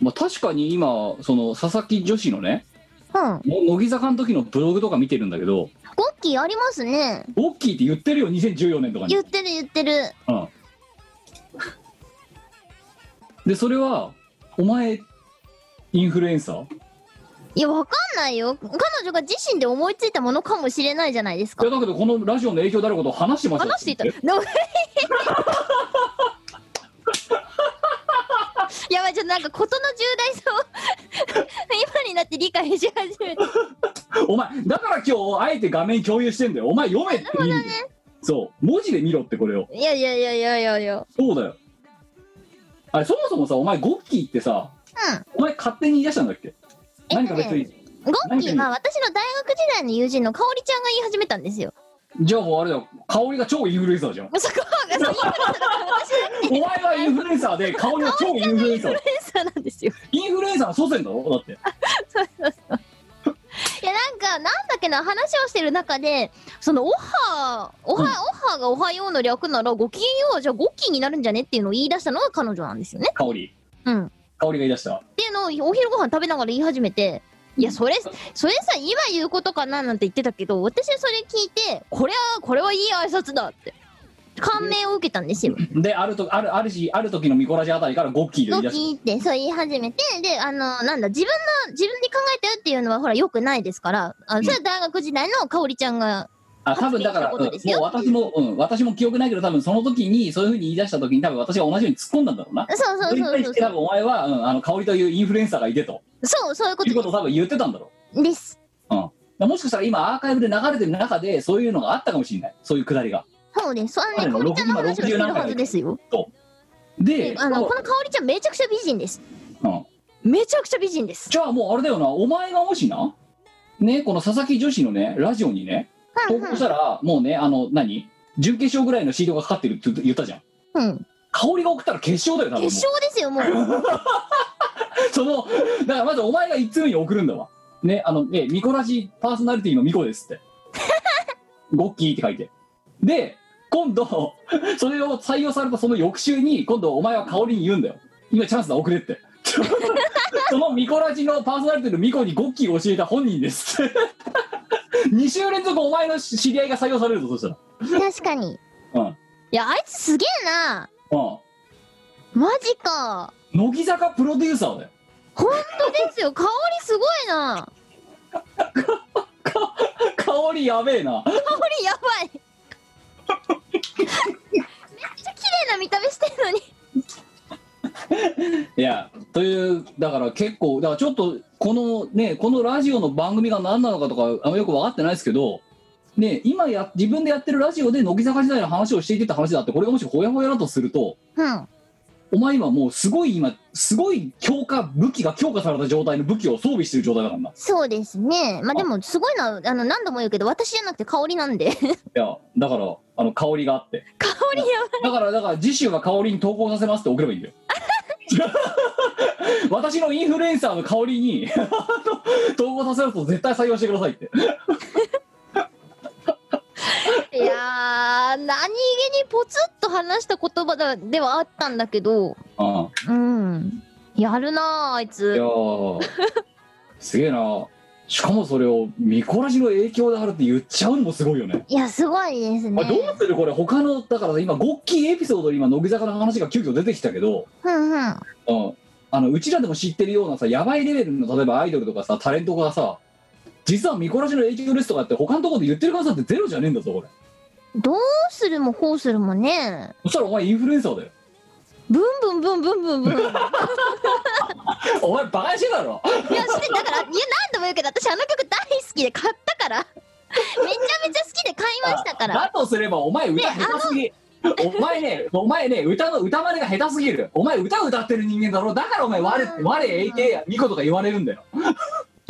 Speaker 3: まあ、確かに今その佐々木女子のね
Speaker 1: うん。
Speaker 3: の乃木坂の時のブログとか見てるんだけど
Speaker 1: ゴッキーありますね。
Speaker 3: ゴッキーって言ってるよ2014年とかに
Speaker 1: 言ってる言ってる。
Speaker 3: うん、でそれはお前インフルエンサー
Speaker 1: いや、わかんないよ。彼女が自身で思いついたものかもしれないじゃないです
Speaker 3: い
Speaker 1: か
Speaker 3: や。だけどこのラジオの影響であることを話してました
Speaker 1: 話していた。
Speaker 3: え
Speaker 1: でも (laughs) やばい、ちょっとなんか事の重大さを (laughs) 今になって理解し始めて。
Speaker 3: お前だから今日あえて画面共有してんだよお前読めっていいんだよそう文字で見ろってこれを
Speaker 1: いやいやいやいやいやいや。
Speaker 3: そうだよあれそもそもさお前ゴッキーってさ
Speaker 1: うん。
Speaker 3: お前勝手に言い出したんだっけ
Speaker 1: え
Speaker 3: 何か別に
Speaker 1: ゴッキーは私の大学時代の友人の香織ちゃんが言い始めたんですよ。
Speaker 3: じゃあもうあれだよ香りが超インフルエンサーじゃん
Speaker 1: そこがそうインフルエンサーだから私だけ
Speaker 3: お前はインフルエンサーで香りが超インフルエンサ
Speaker 1: インフル
Speaker 3: ー
Speaker 1: エンサーなんですよ。
Speaker 3: インフルエンサーの祖先だろだって
Speaker 1: そうそうそう。 (laughs) いやなんかなんだっけな話をしてる中でそのオハオハ、
Speaker 3: うん
Speaker 1: オハがおはようの略ならごきげんようはじゃあゴッキーになるんじゃねっていうのを言い出したのが彼女なんですよね。
Speaker 3: 香り
Speaker 1: うん。っ
Speaker 3: 香りが言い出した
Speaker 1: ていうのをお昼ご飯食べながら言い始めて。いやそれそれさ今言うことかななんて言ってたけど私はそれ聞いてこれはこれはいい挨拶だって感銘を受けたんですよ。
Speaker 3: であるとあるある時ある時のミコラジあたりからゴッキーで言
Speaker 1: ゴ
Speaker 3: い出
Speaker 1: ッキ
Speaker 3: した
Speaker 1: ーってそう言い始めてであのなんだ自分の自分で考えたよっていうのはほらよくないですからあのそれは大学時代の香織ちゃんが
Speaker 3: あ多分だから、
Speaker 1: 発
Speaker 3: うんも
Speaker 1: 言した
Speaker 3: う
Speaker 1: こと
Speaker 3: 私も、うん、私も記憶ないけど多分その時にそういうふうに言い出した時に多分私が同じように突っ込んだんだろうな
Speaker 1: そうそう
Speaker 3: それに
Speaker 1: そ
Speaker 3: 対
Speaker 1: うそ
Speaker 3: し
Speaker 1: う
Speaker 3: て多分お前は、うん、あの香りというインフルエンサーがいてと
Speaker 1: そうそういうこ
Speaker 3: いうこととを多分言ってたんだろ
Speaker 1: です
Speaker 3: うもしかしたら今アーカイブで流れてる中でそういうのがあったかもしれないそういうくだりが
Speaker 1: そうですあの
Speaker 3: 彼
Speaker 1: ね
Speaker 3: の
Speaker 1: 香織ちゃんの話をしてる
Speaker 3: 60
Speaker 1: はずですよ
Speaker 3: で
Speaker 1: あのこの香織ちゃんめちゃくちゃ美人です
Speaker 3: うん
Speaker 1: めちゃくちゃ美人です
Speaker 3: じゃあもうあれだよなお前がもしなねこの佐々木女子のねラジオにね
Speaker 1: は
Speaker 3: 投
Speaker 1: んは
Speaker 3: 稿
Speaker 1: ん
Speaker 3: したらもうねあの何準決勝ぐらいのシードがかかってるって言ったじゃん
Speaker 1: うん
Speaker 3: 香りが送ったら決勝だよ多分もう
Speaker 1: 決勝ですよもう
Speaker 3: そのだからまずお前が1通目に送るんだわねあのねミコラジパーソナリティのミコですって (laughs) ゴッキーって書いてで今度それを採用されたその翌週に今度お前は香りに言うんだよ今チャンスだ送れって (laughs) そのミコラジのパーソナリティのミコにゴッキーを教えた本人ですって2週連続お前の知り合いが採用されるぞそしたら
Speaker 1: 確かに
Speaker 3: うん
Speaker 1: いやあいつすげえな
Speaker 3: う
Speaker 1: マジか
Speaker 3: ん乃木坂プロデューサーだよ
Speaker 1: 本当ですよ香織すごいな
Speaker 3: (laughs) 香りやべえな
Speaker 1: 香りやばいめっちゃ綺麗な見た目してるのに
Speaker 3: いやというだから結構だからちょっとこのねこのラジオの番組が何なのかとかあんまよく分かってないですけどね今や自分でやってるラジオで乃木坂時代の話をしていてた話だってこれがもしほやほやだとすると
Speaker 1: うん
Speaker 3: お前今もうすごい今すごい強化武器が強化された状態の武器を装備してる状態だからな
Speaker 1: そうですねまあでもすごいのはあの何度も言うけど私じゃなくて香りなんで香
Speaker 3: いやだからあの香りがあって
Speaker 1: りやばい
Speaker 3: だからだから次週は香りに投稿させますって送ればいいんだよ (laughs) 私のインフルエンサーの香りに (laughs) 投稿させると絶対採用してくださいって
Speaker 1: いやー何気にポツッと話した言葉だではあったんだけど
Speaker 3: うん
Speaker 1: うんやるなああい
Speaker 3: いや
Speaker 1: つ
Speaker 3: ーすげえなしかもそれをミコラジの影響であるって言っちゃうのもすごいよね
Speaker 1: いやすごいです
Speaker 3: あどう
Speaker 1: ね
Speaker 3: するこれ他のだから今ゴッキーエピソードで今乃木坂の話が急遽出てきたけど、
Speaker 1: うんうん
Speaker 3: うん、あのうちらでも知ってるようなさやばいレベルの例えばアイドルとかさタレントがさ実はミコラジの影響ですとかって他のところで言ってる数なんてゼロじゃねえんだぞこれ
Speaker 1: どうするもこうするもね
Speaker 3: そしたらお前インフルエンサーだよ
Speaker 1: ブンブンブンブンブンブンいや
Speaker 3: お前バカにしてんだろ
Speaker 1: それだからいや何度も言うけど私あの曲大好きで買ったからめちゃめちゃ好きで買いましたから
Speaker 3: だとすればお前歌下手すぎ、お前ねお前ね歌の歌までが下手すぎるお前歌歌ってる人間だろだからお前我
Speaker 1: うん
Speaker 3: 我 AK やミコとか言われるんだよ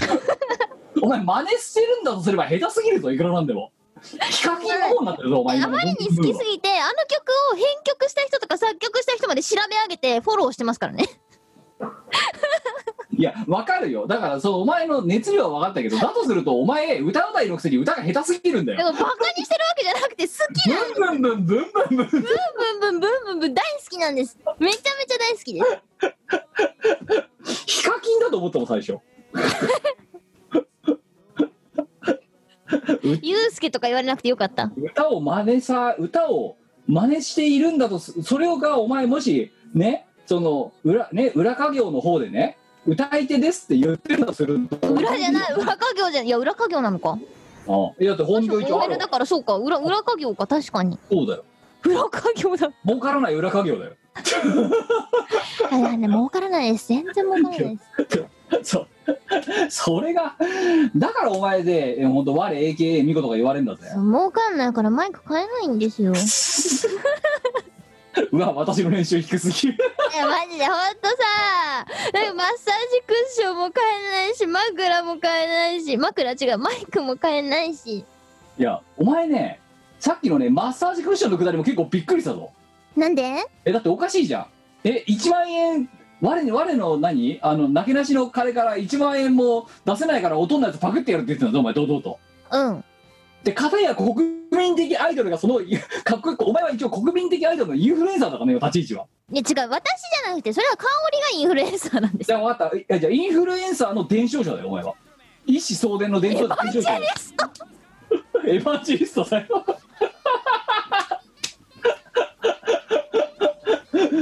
Speaker 3: (laughs) お前真似してるんだとすれば下手すぎるぞいくらなんで
Speaker 1: (laughs)
Speaker 3: もヒカキンの方になってるぞお前
Speaker 1: あまりに好きす
Speaker 3: ぎ
Speaker 1: ぎてあの曲を編曲した人とか作曲した人まで調べ上げてフォローしてますからね
Speaker 3: いやわかるよだからそうお前の熱量は分かったけどだとするとお前歌うたいのくせに歌が下手すぎるんだ
Speaker 1: でも
Speaker 3: よ
Speaker 1: バカにしてるわけじゃなくて好きなんです
Speaker 3: ブンブンブンブンブンブ
Speaker 1: ブンブ
Speaker 3: ン
Speaker 1: ンブンブンブン大好きなんですめちゃめちゃ大好きです
Speaker 3: ヒカキンだと思ったもん最初
Speaker 1: ユうスケとか言われなくてよかった
Speaker 3: 歌を真似さ歌を真似しているんだとすそれがお前もしねその裏ね裏家業の方でね歌い手ですって言ってるとすると
Speaker 1: 裏じゃない裏家業じゃいや裏家業なのか
Speaker 3: ああいやだって本業一応あ
Speaker 1: メ
Speaker 3: る
Speaker 1: ルだからそうか裏裏家業か確かに
Speaker 3: そうだよ
Speaker 1: 裏家業だ
Speaker 3: 儲からない裏家業だよ (laughs)
Speaker 1: あいやね儲からないです全然儲からないです
Speaker 3: そう (laughs) それがだからお前でえ本当我 AKA ミコとか言われるんだぜ
Speaker 1: そう儲かんないからマイク買えないんです (laughs) よ。
Speaker 3: (laughs) うわ私の練習低すぎる
Speaker 1: え、マジでほんとさ、なんかマッサージクッションも買えないし、枕も買えないし、枕違う、マイクも買えないし。
Speaker 3: いやお前ねさっきのねマッサージクッションのくだりも結構びっくりしたぞ
Speaker 1: なんで
Speaker 3: えだっておかしいじゃんえ1万円我に我の何あのなけなしの彼から1万円も出せないから音のやつパクってやるって言ってたんだぞお前堂々と
Speaker 1: うん。
Speaker 3: で片や国民的アイドルがそのいかっこよくお前は一応国民的アイドルのインフルエンサーだからね立ち位置はい
Speaker 1: や違う、私じゃなくて、それは香りがインフルエンサーなんです
Speaker 3: じゃあ分かったいやじゃあインフルエンサーの伝承者だよお前は一子相伝の伝承者伝承者だよエヴァンジェリストだ
Speaker 1: (laughs)
Speaker 3: よ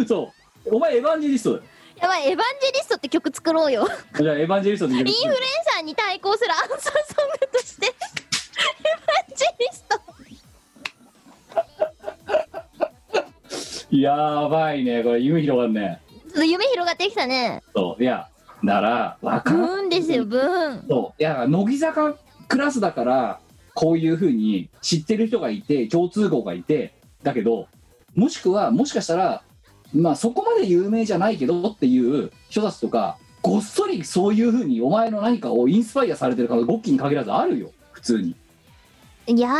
Speaker 3: そうお前エヴァンジェリストだよ
Speaker 1: やばい、エヴァンジェリストって曲作ろうよ。
Speaker 3: じゃあエヴァンジェリストで
Speaker 1: インフルエンサーに対抗するアンサーソングとして、エヴァンジェリスト。 (laughs)
Speaker 3: やばいねこれ夢広がるね
Speaker 1: ちょっと夢広がってきたね。
Speaker 3: そういやならわ
Speaker 1: ブ
Speaker 3: かる
Speaker 1: ーンですよ、ブーン。
Speaker 3: そういや乃木坂クラスだからこういうふうに知ってる人がいて共通項がいてだけどもしくはもしかしたらまあそこまで有名じゃないけどっていう人たちとかごっそりそういうふうにお前の何かをインスパイアされてるからゴッキーに限らずあるよ普通に
Speaker 1: いや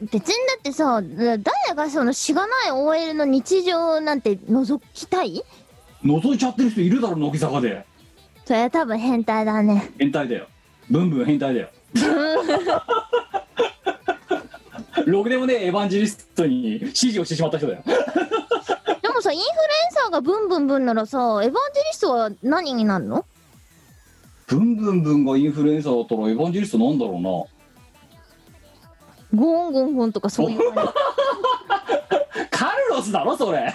Speaker 1: 別にだってさだ誰がそのしがない OL の日常なんて覗きたい
Speaker 3: 覗いちゃってる人いるだろ乃木坂で
Speaker 1: それは多分変態だ (laughs) ね
Speaker 3: 変態だよブンブン変態だよろくでもねエヴァンジェリストに指示をしてしまった人だよ
Speaker 1: でもさインフルエンサーがブンブンブンならさエヴァンジェリストは何になるの
Speaker 3: ブンブンブンがインフルエンサーだったらエヴァンジェリストなんだろうな
Speaker 1: ゴンゴンゴンとか (laughs) そういう感
Speaker 3: カルロスだろそれ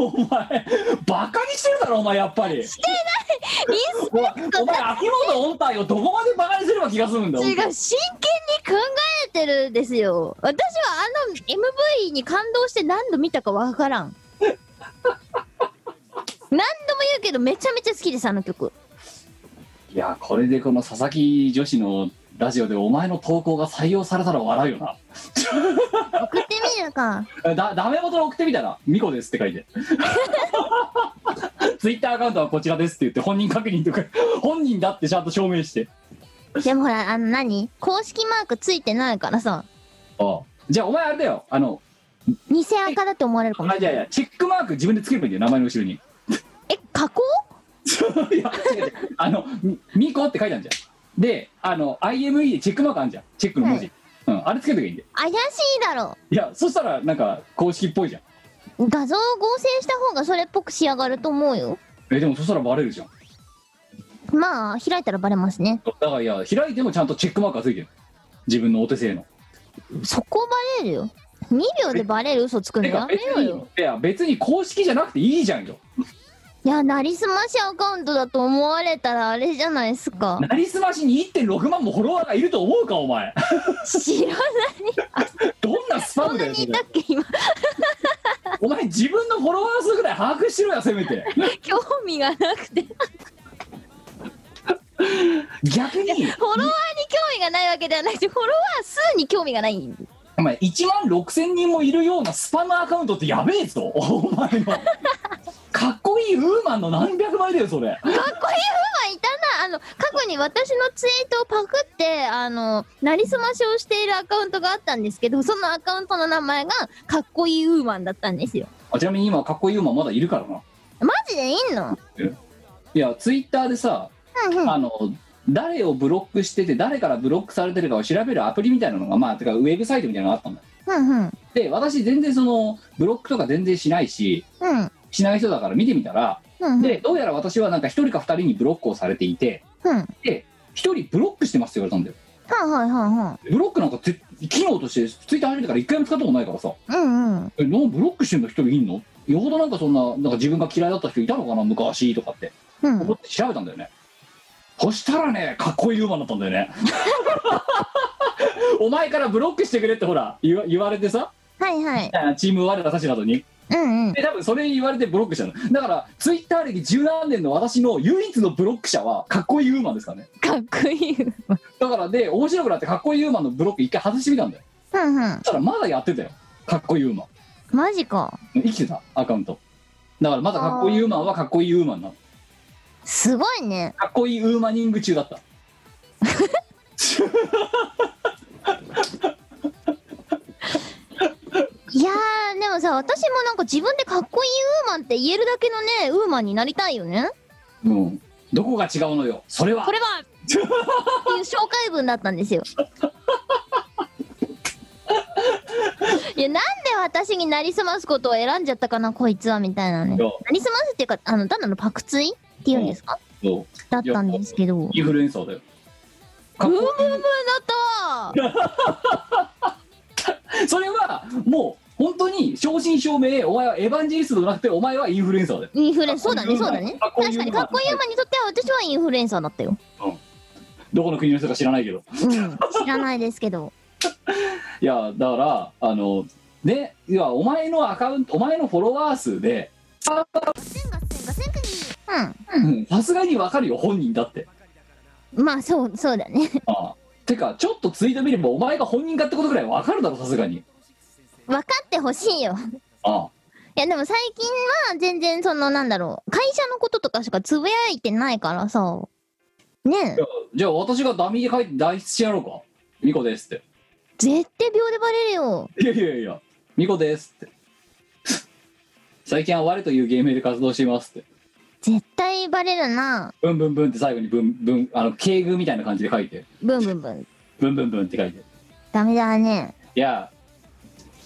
Speaker 3: お前バカにしてるだろお前やっぱり
Speaker 1: じインス
Speaker 3: お前お前秋元音体をどこまでバカにすれば気が済むんだ
Speaker 1: ピ
Speaker 3: 本
Speaker 1: ー
Speaker 3: 当
Speaker 1: が
Speaker 3: に
Speaker 1: 真剣に考えてるんですよ私はあの MV に感動して何度見たかわからん (laughs) 何度も言うけどめちゃめちゃ好きですあの曲
Speaker 3: いやこれでこの佐々木女子のラジオでお前の投稿が採用されたら笑うよ
Speaker 1: 送ってみるか
Speaker 3: なだダメ元で送ってみたら「ミコです」って書い (laughs) てツイッターアカウントはこちらですって言って本人確認とか本人だってちゃんと証明して
Speaker 1: でもほら、あの何公式マークついてないからさ、
Speaker 3: ああじゃあお前あれだよあの
Speaker 1: 偽赤だって思われるかもし
Speaker 3: あ
Speaker 1: れ
Speaker 3: じゃあいやチェックマーク自分でつければいいんだよ名前の後ろに
Speaker 1: ない。え、加工
Speaker 3: (laughs) いや違う違うあのみ「ミコ」って書いてあるじゃんであの IME でチェックマークあるじゃんチェックの文字、うん、あれつけときゃいいんだよ
Speaker 1: 怪しいだろ。
Speaker 3: いやそしたらなんか公式っぽいじゃん
Speaker 1: 画像を合成した方がそれっぽく仕上がると思うよ。
Speaker 3: えでもそしたらバレるじゃん
Speaker 1: まあ、開いたらバレますね。
Speaker 3: だからいや開いてもちゃんとチェックマークがついてる自分のお手製の
Speaker 1: そこバレるよ。2秒でバレる嘘つくの
Speaker 3: て
Speaker 1: や
Speaker 3: か
Speaker 1: め
Speaker 3: 別
Speaker 1: ようよ
Speaker 3: に。いや別に公式じゃなくていいじゃんよ
Speaker 1: いや、なりすましアカウントだと思われたらあれじゃないっすか。
Speaker 3: なりすましに1.6万もフォロワーがいると思うかお前 (laughs)
Speaker 1: 知らない。
Speaker 3: どんなスパ
Speaker 1: そん
Speaker 3: ム
Speaker 1: な
Speaker 3: だよ
Speaker 1: に
Speaker 3: そ
Speaker 1: い
Speaker 3: れ
Speaker 1: たっけ今、
Speaker 3: お前自分のフォロワー数ぐらい把握しろやせめて
Speaker 1: 興味がなくて。フォロワーに
Speaker 3: 逆に
Speaker 1: 興味がないわけではなくて、フォロワー数に興味がない。
Speaker 3: お前1万6000人もいるようなスパムアカウントってやべえぞ (laughs) お前のかっこいいウーマンの何百倍だよそれ
Speaker 1: かっこいいフーマンいたなあの過去に私のツイートをパクってあのなりすましをしているアカウントがあったんですけどそのアカウントの名前がかっこいいウーマンだったんですよ
Speaker 3: あちなみに今かっこいいウーマンまだいるからな
Speaker 1: マジでいいの
Speaker 3: いやツイッターでさ、
Speaker 1: うんうん
Speaker 3: あの誰をブロックしてて誰からブロックされてるかを調べるアプリみたいなのがまあてかウェブサイトみたいなのがあったんだよ
Speaker 1: うんうん
Speaker 3: で私全然そのブロックとか全然しないし
Speaker 1: うん
Speaker 3: しない人だから見てみたら
Speaker 1: うん
Speaker 3: でどうやら私はなんか1人か2人にブロックをされていて
Speaker 1: うんはい
Speaker 3: で1人ブロックしてますって言われたんだよ
Speaker 1: はいは
Speaker 3: ブロックなんかて機能としてツイッター始めてから一回も使ったことないからさ
Speaker 1: いはいうんうん
Speaker 3: えなんかブロックしてんの一人いんのよほどなんかそんななんか自分が嫌いだった人いたのかな昔とかって
Speaker 1: う
Speaker 3: 思
Speaker 1: ん。
Speaker 3: って調べたんだよねそしたらねかっこいい馬だったんだよね (laughs) お前からブロックしてくれってほら言わ言われてさ
Speaker 1: はいはい。
Speaker 3: チーム我らたちなどに
Speaker 1: うんうん。
Speaker 3: で多分それ言われてブロックしたのだからツイッター歴十何年の私の唯一のブロック者はかっこいいウーマンですからね
Speaker 1: かっこいい。
Speaker 3: だからで面白くなってかっこいいウーマンのブロック一回外してみたんだよ
Speaker 1: うんうん
Speaker 3: そし。たらまだやってたよかっこいいウーマン
Speaker 1: マジか。
Speaker 3: 生きてたアカウントだからまだかっこいいウーマンはかっこいいウーマンなの
Speaker 1: すごいね。
Speaker 3: かっこいいウーマニング中だった
Speaker 1: いやー、でもさ、私もなんか自分でかっこいいウーマンって言えるだけのね、ウーマンになりたいよね。
Speaker 3: うんどこが違うのよそれは
Speaker 1: これ (laughs) はっていう紹介文だったんですよ。いやなんで私になりすますことを選んじゃったかなこいつはみたいなね。
Speaker 3: い
Speaker 1: な
Speaker 3: や
Speaker 1: りすますっていうかあのただのパクツイっていうんですか、
Speaker 3: そう
Speaker 1: だったんですけど。ブーム
Speaker 3: インフルエンサーだよかっ
Speaker 1: ブーム
Speaker 3: こ
Speaker 1: だったわ
Speaker 3: それはもう本当に正真正銘お前はエヴァンジェリストじゃなくてお前はインフルエンサーだよ
Speaker 1: インフルエンそうだねそうだね。
Speaker 3: かっこいい
Speaker 1: 確かにかっこいい馬にとっては私はインフルエンサーだったよ。
Speaker 3: どこの国の人か知らないけど
Speaker 1: うん、知らないですけど。
Speaker 3: いやだからあのねいやお前のアカウントお前のフォロワー数でうんさすがにわかるよ本人だって
Speaker 1: うん。まあそうそうだね。 (laughs)
Speaker 3: ああてかちょっとツイート見ればお前が本人かってことぐらいわかるだろさすがに
Speaker 1: 分かってほしいよ。
Speaker 3: あ
Speaker 1: いやでも最近は全然そのなんだろう会社のこととかしかつぶやいてないからさねえ
Speaker 3: あじゃあ私がダミーで書いて代筆してやろうかミコですって
Speaker 1: 絶対秒でバレるよ
Speaker 3: いやいやいやミコですって最近は我という芸名で活動していますって
Speaker 1: 絶対バレるな
Speaker 3: ブンブンブンって最後にブンブンあの敬具みたいな感じで書いて
Speaker 1: ブンブンブン
Speaker 3: ブンブンブンって書いて
Speaker 1: ダメだね
Speaker 3: いや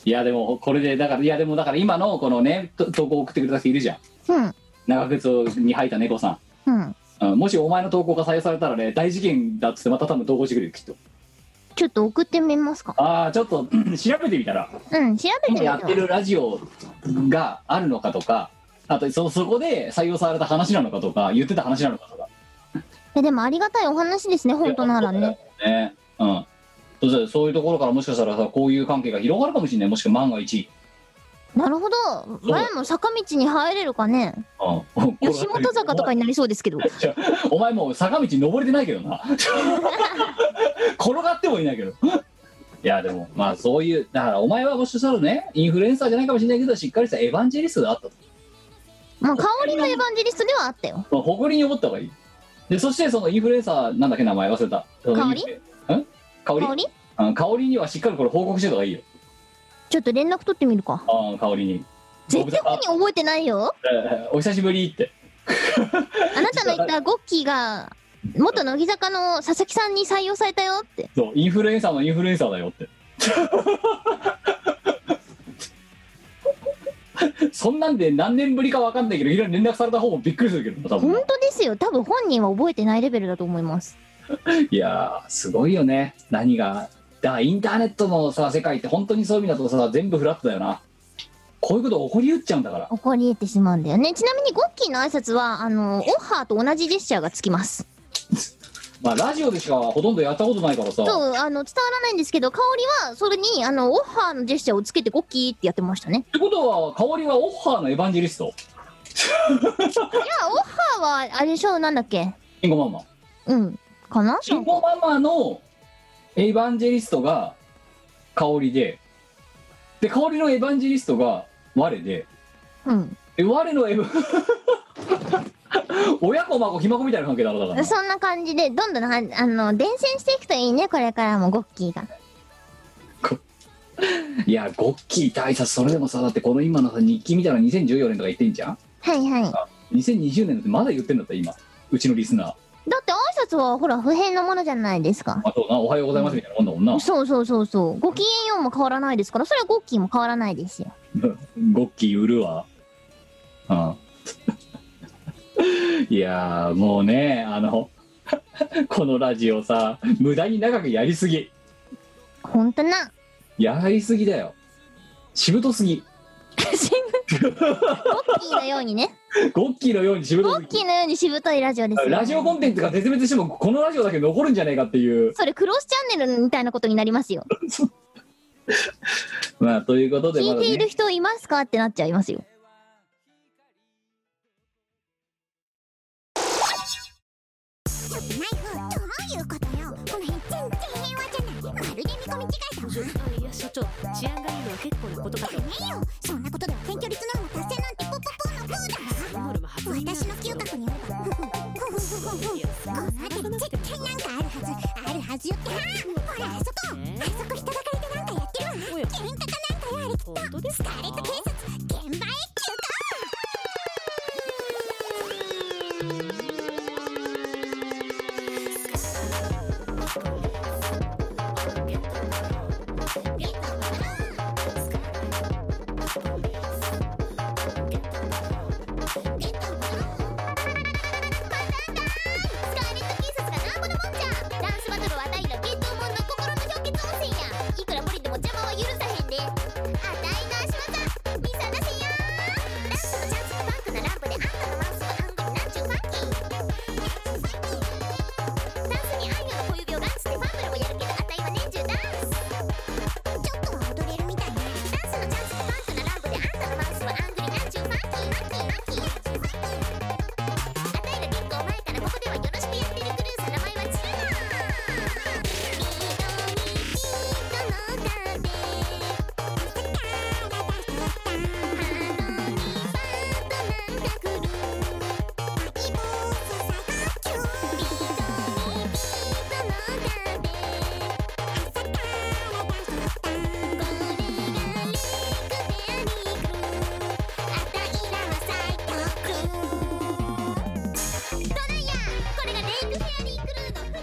Speaker 3: いやでもこれでだからいやでもだから今のこのねと投稿送ってくれた人いるじゃん
Speaker 1: うん
Speaker 3: 長靴に履いた猫さ
Speaker 1: う
Speaker 3: ん
Speaker 1: ん
Speaker 3: うんもしお前の投稿が採用されたらね大事件だっつってまた多分投稿してくるよきっと
Speaker 1: ちょっと送ってみますか
Speaker 3: ああちょっと (coughs) 調べてみたら
Speaker 1: うん調べてみ
Speaker 3: 今
Speaker 1: て
Speaker 3: やってるラジオがあるのかとかあとそそこで採用された話なのかとか言ってた話なのかとか
Speaker 1: えでもありがたいお話ですね本当ならね
Speaker 3: ねうんそうそうそういうところからもしかしたらさこういう関係が広がるかもしれないもしくは万が一、
Speaker 1: なるほど
Speaker 3: う
Speaker 1: 前も坂道に入れるかね
Speaker 3: うん、
Speaker 1: 吉本坂とかになりそうですけど
Speaker 3: (laughs) お前もう坂道登れてないけど
Speaker 1: (laughs)
Speaker 3: な転がってもいないけどいやでもまあそういうだからお前はもしかしたらねインフルエンサーじゃないかもしれないけどしっかりしたエヴァンジェリストであったと
Speaker 1: まあ香りのエヴァンジェリストではあったよ
Speaker 3: まあ誇りに思った方がいいでそしてそのインフルエンサーなんだっけ名前忘れたその
Speaker 1: 香り
Speaker 3: ん香り
Speaker 1: 香り
Speaker 3: うん香りにはしっかりこれ報告してた方がいいよ
Speaker 1: ちょっと連絡取ってみるか
Speaker 3: ああ香りに
Speaker 1: 絶対本人覚えてないよ
Speaker 3: えーお久しぶりって
Speaker 1: あなたの言ったゴッキーが元乃木坂の佐々木さんに採用されたよって
Speaker 3: そうインフルエンサーのインフルエンサーだよって (laughs) そんなんで何年ぶりか分かんないけどいろいろ連絡された方もびっくりするけどな多
Speaker 1: 本
Speaker 3: 分
Speaker 1: 当ですよ多分本人は覚えてないレベルだと思います
Speaker 3: いやーすごいよね何がだからインターネットのさ世界って本当にそういう意味だとさ全部フラットだよなこういうこと起こりうっちゃうんだから
Speaker 1: 怒り得てしまうんだよねちなみにゴッキーの挨拶はあのオッハーと同じジェスチャーがつきます
Speaker 3: まあラジオでしかほとんどやったことないから
Speaker 1: そ
Speaker 3: さ
Speaker 1: うあの伝わらないんですけど香りはそれにあのオッハーのジェスチャーをつけてゴッキーってやってましたね
Speaker 3: ってことは香りはオッハーのエヴァンジェリスト
Speaker 1: いやオッハーはあれでしょなんだっけ
Speaker 3: 慎吾ママ
Speaker 1: うんかな
Speaker 3: 慎吾ママのエヴァンジェリストが香りでで香りのエヴァンジェリストが我で
Speaker 1: うん
Speaker 3: で我のエヴ (laughs) ァ親子孫ひ孫みたいな関係だろだから
Speaker 1: そんな感じでどんどんはあの伝染していくといいねこれからもゴッキーが
Speaker 3: いやゴッキー大佐それでもさだってこの今のさ日記みたいなの2014年とか言ってんじゃん
Speaker 1: はいはい
Speaker 3: 2020年だってまだ言ってんだった今うちのリスナー
Speaker 1: だって挨拶はほら不変なものじゃないですか。
Speaker 3: あとなおはようございますみたいなもんだもんな
Speaker 1: そうそうそうそう。ごきげんようも変わらないですから、それはゴッキーも変わらないですよ。
Speaker 3: ゴッキー売るわ。うん。 (laughs) いやーもうねあの (laughs) このラジオさ無駄に長くやりすぎ (laughs)
Speaker 1: ほんとな。
Speaker 3: やりすぎだよしぶとすぎ
Speaker 1: 新聞ゴッキーのようにね。
Speaker 3: ゴッキーのようにしぶ
Speaker 1: ゴ
Speaker 3: と
Speaker 1: ッキーのようにしぶといラジオですよ。
Speaker 3: ラジオコンテンツが絶滅してもこのラジオだけ残るんじゃないかっていう
Speaker 1: それクロスチャンネルみたいなことになりますよ。
Speaker 3: まあということでま
Speaker 1: 聞
Speaker 3: だ
Speaker 1: いている
Speaker 3: ね
Speaker 1: 人いますかってなっちゃいますよ。
Speaker 4: ちょっとナイフどういうことよこの辺全然平和じゃないまるで見込み違いだわ
Speaker 5: あいや所長治安がいいのは結構なことだと
Speaker 4: ダメよそんなことでは選挙率ノルマ達成なんてポポポのポ
Speaker 5: ノルマ発
Speaker 4: ーだわ
Speaker 5: 言な
Speaker 4: 私の嗅覚によればふふふふふふ
Speaker 5: いや
Speaker 4: この辺り絶対なんかあるはずあるはずよってはあほらあそこ
Speaker 5: え
Speaker 4: あそこ人だかりでなんかやってるわ
Speaker 5: おや
Speaker 4: 喧嘩かなんかやあれきっと
Speaker 5: 本当です
Speaker 4: スカ
Speaker 5: か
Speaker 4: ーレット警察現場へ急行ゲットボロースカーレット警察がなんぼのもんじゃダンスバトルはあたいらゲットモンの心の氷結温泉やいくら無理でも邪魔は許さへんであたいの足技見さらせやダンスのチャンスがバックなランプであんたのマウスがアングルなんちゅうファンキーダンスに愛の小指をランチでファンブルもやるけどあたいは年中ダンスちょっとは踊れるみたいねダンスのチャンスがバックなランプであんたのマウスはアングルなんちゅうファンキーファンキーファンキーファンキーあたいら結構前からここではよろしくやってるクルーさ名前はチルだみんなでやろうよドライヤーこれがレイクフェアリークルーのフットワークや
Speaker 5: ダン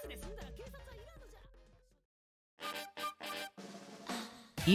Speaker 5: スで済んだら警察はいらんのじゃ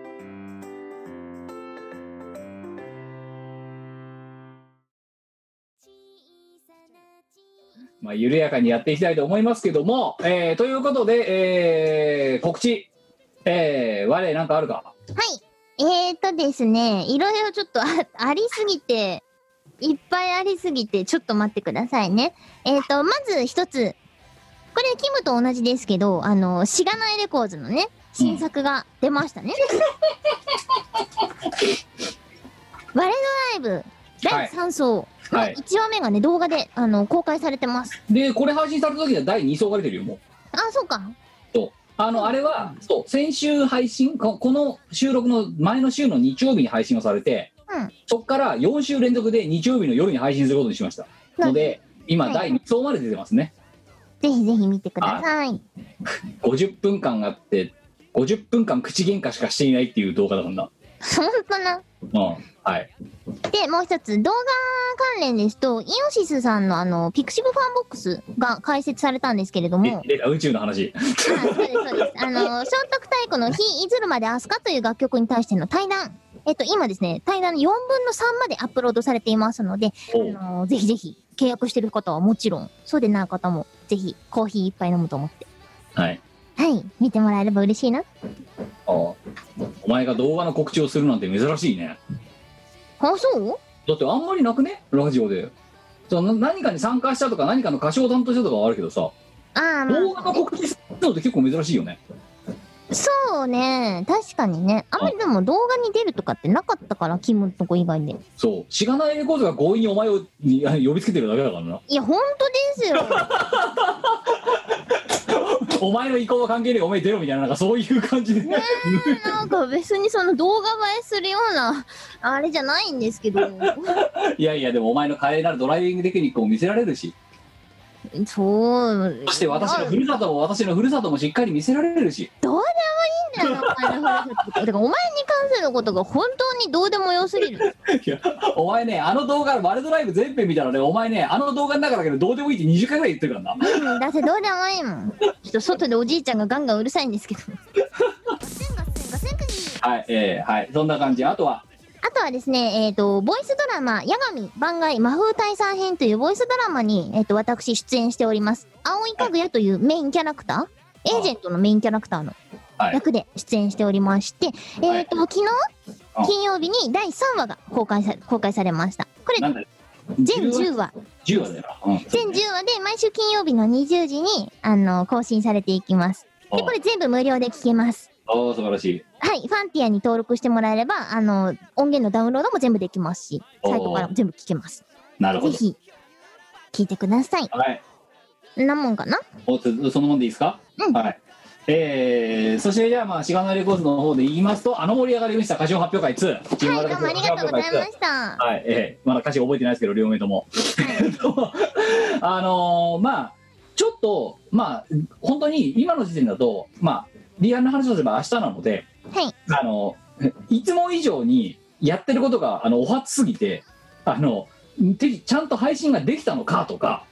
Speaker 6: う」
Speaker 3: まあ緩やかにやっていきたいと思いますけども、えーということで、えー告知、えー我なんかあるか
Speaker 1: はい。えーとですね、いろいろちょっとあありすぎて、いっぱいありすぎて、ちょっと待ってくださいね。えーと、まず一つ。これ、キムと同じですけど、あの、しがないレコーズのね、新作が出ましたね。我のライブ、第3章。
Speaker 3: はいはい
Speaker 1: 1話目がね、動画で、あの、公開されてます。
Speaker 3: でこれ配信された時には第2層が出てるよもう
Speaker 1: あ、そうか。
Speaker 3: あのあれはそう先週配信ここの収録の前の週の日曜日に配信をされて、
Speaker 1: うん
Speaker 3: そこから4週連続で日曜日の夜に配信することにしましたので今
Speaker 1: はい
Speaker 3: 第2層まで出てますね
Speaker 1: ぜひぜひ見てください。
Speaker 3: 50分間あって50分間口喧嘩しかしていないっていう動画だもんな
Speaker 1: ほんとな。
Speaker 3: うんはい
Speaker 1: で、もう一つ、動画関連ですと、イオシスさんのあの、ピクシブファンボックスが開設されたんですけれども、はい、
Speaker 3: え出た宇宙の話
Speaker 1: そうです、そうです。あの、聖徳太鼓の日、いずるまでアスカという楽曲に対しての対談、えっと、今ですね、対談の4分の3までアップロードされていますので、
Speaker 3: お
Speaker 1: あの、ぜひぜひ、契約してる方はもちろん、そうでない方も、ぜひ、コーヒー一杯飲むと思って、
Speaker 3: はい
Speaker 1: はい、見てもらえれば嬉しいな。
Speaker 3: あお前が動画の告知をするなんて珍しいね
Speaker 1: あ、そう
Speaker 3: だってあんまりなくねラジオでその何かに参加したとか何かの歌唱を担当したとかはあるけどさ
Speaker 1: あー、まあ、
Speaker 3: 動画の告知するのって結構珍しいよね
Speaker 1: そうね、確かにね。あんまりでも動画に出るとかってなかったから、キムとこ以外で。
Speaker 3: そうしがないレコードが強引にお前をにあ呼びつけてるだけだからない
Speaker 1: や、ほんとですよ。
Speaker 3: お前の意向は関係ねえお前出ろみたいななんかそういう感じで、
Speaker 1: なんか別にその動画映えするようなあれじゃないんですけど
Speaker 3: (laughs) いやいやでもお前の華麗なるドライビングテクニックを見せられるし
Speaker 1: そう
Speaker 3: そして私のふるさとも私のふるさともしっかり見せられるし
Speaker 1: どうでもいいんだよお前の話だからお前に関することが本当にどうでもよすぎる
Speaker 3: いやお前ねあの動画ワルドライブ全編見たらねお前ねあの動画の中だけどどうでもいいって20回ぐらい言ってるからな
Speaker 1: うんだってどうでもいいもんちょっと外でおじいちゃんがガンガンうるさいんです (laughs) けど
Speaker 3: はいえー、はいそんな感じあとは
Speaker 1: あとはですね、えっ、と、ボイスドラマ、ヤガミ番外魔風退散編というボイスドラマに、えっ、と、私出演しております。青いかぐやというメインキャラクター、エージェントのメインキャラクターの
Speaker 3: はい
Speaker 1: 役で出演しておりまして、
Speaker 3: はい
Speaker 1: えっ、と、昨
Speaker 3: あ
Speaker 1: 日、金曜日に第3話が公開さ公開されました。これ
Speaker 3: な、んだ
Speaker 1: 全10話。
Speaker 3: 10話だよな、うん、
Speaker 1: 全10話で毎週金曜日の20時に、あの、更新されていきます。で、これ全部無料で聞けます。
Speaker 3: おお素晴らしい
Speaker 1: はい、ファンティアに登録してもらえれば、あの、音源のダウンロードも全部できますし、
Speaker 3: おー
Speaker 1: サイトからも全部聞けます。
Speaker 3: なるほ
Speaker 1: ぜ
Speaker 3: ど
Speaker 1: ひ、聞いてください。
Speaker 3: はい
Speaker 1: こんなもんかな
Speaker 3: おつそのもんでいいですか、
Speaker 1: うん
Speaker 3: はいえー、そしてじゃあまあしがないレコーズの方で言いますとあの盛り上がりを見せた歌唱発表会2チーム
Speaker 1: は
Speaker 3: ワ
Speaker 1: い、
Speaker 3: ール
Speaker 1: どう
Speaker 3: ド
Speaker 1: もあ
Speaker 3: カ
Speaker 1: り
Speaker 3: ップの
Speaker 1: がとうございま
Speaker 3: 2
Speaker 1: した。
Speaker 3: はい、ええまだ歌詞覚えてないですけど、両名とも。 (laughs) あのーまあ、ちょっと、まあ、本当に今の時点だと、まあ、リアルな話をすれば明日なので、
Speaker 1: はい
Speaker 3: あの、いつも以上にやってることが、あの、お初すぎて、あの、てちゃんと配信ができたのかとか、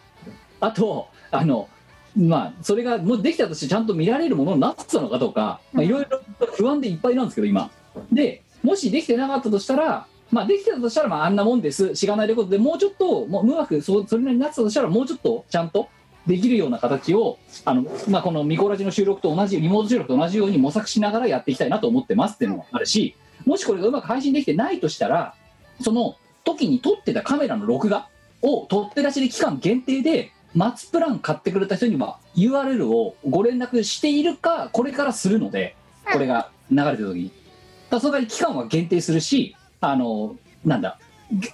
Speaker 3: あと、あの、まあ、それがもうできたとしてちゃんと見られるものになってたのかとか、まあ、いろいろ不安でいっぱいなんですけど今でもしできてなかったとしたらまあできてたとしたらまああんなもんですしがないレコードでもうちょっともううまくそそれなりになってたとしたらもうちょっとちゃんとできるような形をあの、まあ、このミコラジの収録と同じリモート収録と同じように模索しながらやっていきたいなと思ってますっていうのもあるしもしこれがうまく配信できてないとしたらその時に撮ってたカメラの録画を取って出しで期間限定でマツプラン買ってくれた人には URL をご連絡しているかこれからするのでこれが流れてる時にだからその代わり期間は限定するしあのなんだ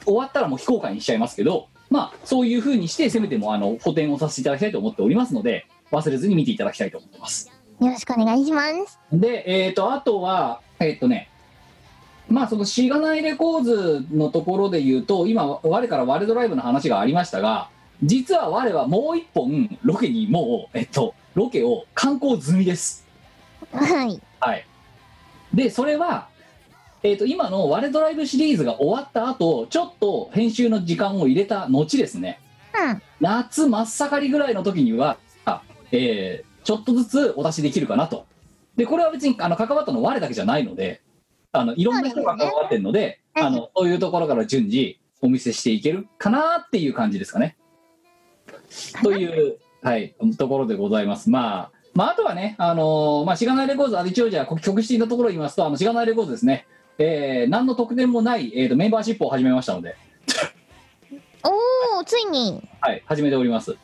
Speaker 3: 終わったらもう非公開にしちゃいますけどまあそういうふうにしてせめてもあの補填をさせていただきたいと思っておりますので忘れずに見ていただきたいと思ってます
Speaker 1: よろしくお願いします。
Speaker 3: で、えー、とあとは、えっ、とね、まあ、そのしがないレコーズのところで言うと、今、我から我ドライブの話がありましたが、実は我はもう一本、ロケにもう、えっと、ロケを観光済みです。
Speaker 1: はい。
Speaker 3: はい。で、それは、えっ、と、今の我ドライブシリーズが終わった後、ちょっと編集の時間を入れた後ですね。
Speaker 1: うん。
Speaker 3: 夏真っ盛りぐらいの時には、えーちょっとずつお出しできるかなと。で、これは別にあの関わったのは我だけじゃないので、あのいろんな人が関わってるので、
Speaker 1: そうですね
Speaker 3: あのそういうところから順次お見せしていけるかなっていう感じですかね。という、はい、ところでございます。まあ、まあ、あとはね、あのーまあ、しがないレコーズ、あ一応じゃあ、こ局地的なところを言いますと、あのしがないレコーズですね、えー何の特典もない、えー、とメンバーシップを始めましたので、
Speaker 1: おー、ついに。
Speaker 3: はい、始めております。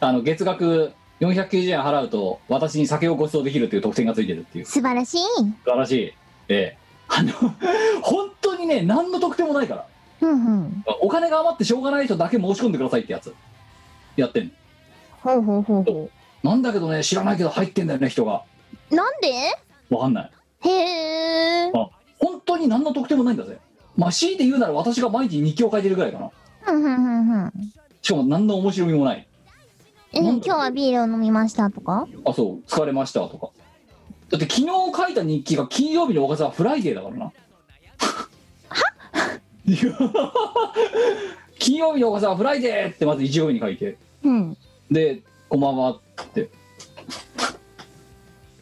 Speaker 3: あの月額490円払うと、私に酒をご馳走できるという特典がついてるっていう、素
Speaker 1: 素晴らしい。
Speaker 3: 晴らしい。ええ、あの (laughs) 本当にね、何の特典もないから、
Speaker 1: うんうん。
Speaker 3: お金が余ってしょうがない人だけ申し込んでくださいってやつ、やってん
Speaker 1: ほうほうほうほ
Speaker 3: のなんだけどね、知らないけど入ってんだよね、人が。
Speaker 1: う。なんで
Speaker 3: わかんない。
Speaker 1: へー。
Speaker 3: 本当に何の特典もないんだぜ。まあ、強いて言うなら私が毎日日記を書いてるぐらいかな。
Speaker 1: うんうんうんうん。
Speaker 3: しかも何の面白みもない。
Speaker 1: え、今日はビールを飲みましたとか
Speaker 3: あ、そう、疲れましたとか。だって昨日書いた日記が金曜日のおかずはフライデーだからな。いや金曜日のおかずはフライデーってまず一行目に書いて、
Speaker 1: うん。
Speaker 3: で、こんばんはって。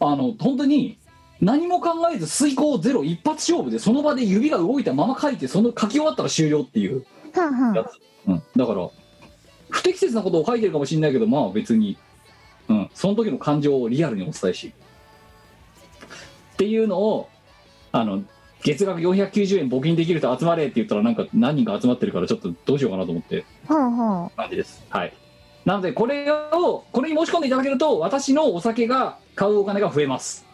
Speaker 3: あの、本当に何も考えず遂行ゼロ一発勝負でその場で指が動いたまま書いて、その書き終わったら終了っていう。
Speaker 1: はんはん。
Speaker 3: うん、だから不適切なことを書いてるかもしれないけどまあ別に、うん、その時の感情をリアルにお伝えしっていうのをあの月額490円募金できると集まれって言ったらなんか何人か集まってるからちょっとどうしようかなと思って
Speaker 1: ほうほう。
Speaker 3: 感じですはいなのでこれをこれに申し込んでいただけると私のお酒が買うお金が増えます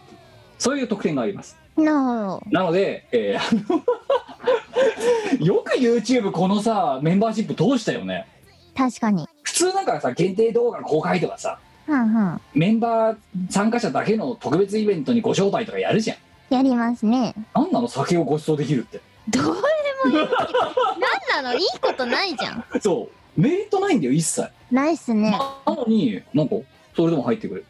Speaker 3: そういう特典があります
Speaker 1: な
Speaker 3: なので、えーあの (laughs) よく YouTube このさメンバーシップ通したよね
Speaker 1: るほど。確かに。
Speaker 3: 普通なんかさ限定動画公開とかさ
Speaker 1: はんはん。
Speaker 3: メンバー参加者だけの特別イベントにご招待とかやるじゃん
Speaker 1: やりますね。
Speaker 3: なんなの酒をご馳走できるって
Speaker 1: どうでもいい。なんなのいいことないじゃん。
Speaker 3: そうメリットないんだよ一切
Speaker 1: ないっすね。
Speaker 3: なのになんかそれでも入って (laughs) くれる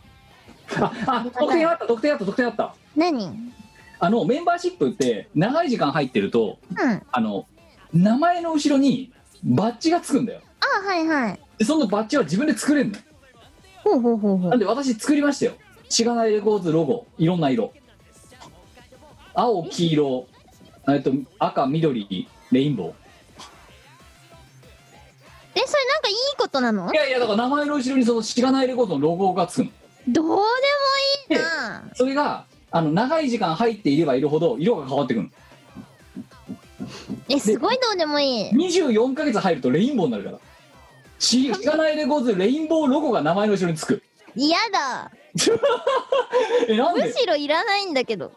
Speaker 3: ああ得点あった得点あった得点あった
Speaker 1: 何うん。
Speaker 3: あのメンバーシップって長い時間入ってると
Speaker 1: あ、
Speaker 3: あの名前の後ろにバッジがつくんだよ
Speaker 1: はいはい。
Speaker 3: でそのバッジは自分で作れるの
Speaker 1: ほうほうほうほう
Speaker 3: なん。で私作りましたよしがないレコーズロゴいろんな色青黄色えっと赤緑レインボー
Speaker 1: え、それなんかいいことなの
Speaker 3: いやいやだから名前の後ろにそのしがないレコードのロゴがつくの
Speaker 1: どうでもいいな。
Speaker 3: それがあの長い時間入っていればいるほど色が変わってくる
Speaker 1: え、すごいどうでもいい。
Speaker 3: 24ヶ月入るとレインボーになるからししがないレコーズレインボーロゴが名前の後ろにつく
Speaker 1: 嫌だ。
Speaker 3: えなん
Speaker 1: む
Speaker 3: で
Speaker 1: しろいらないんだけど。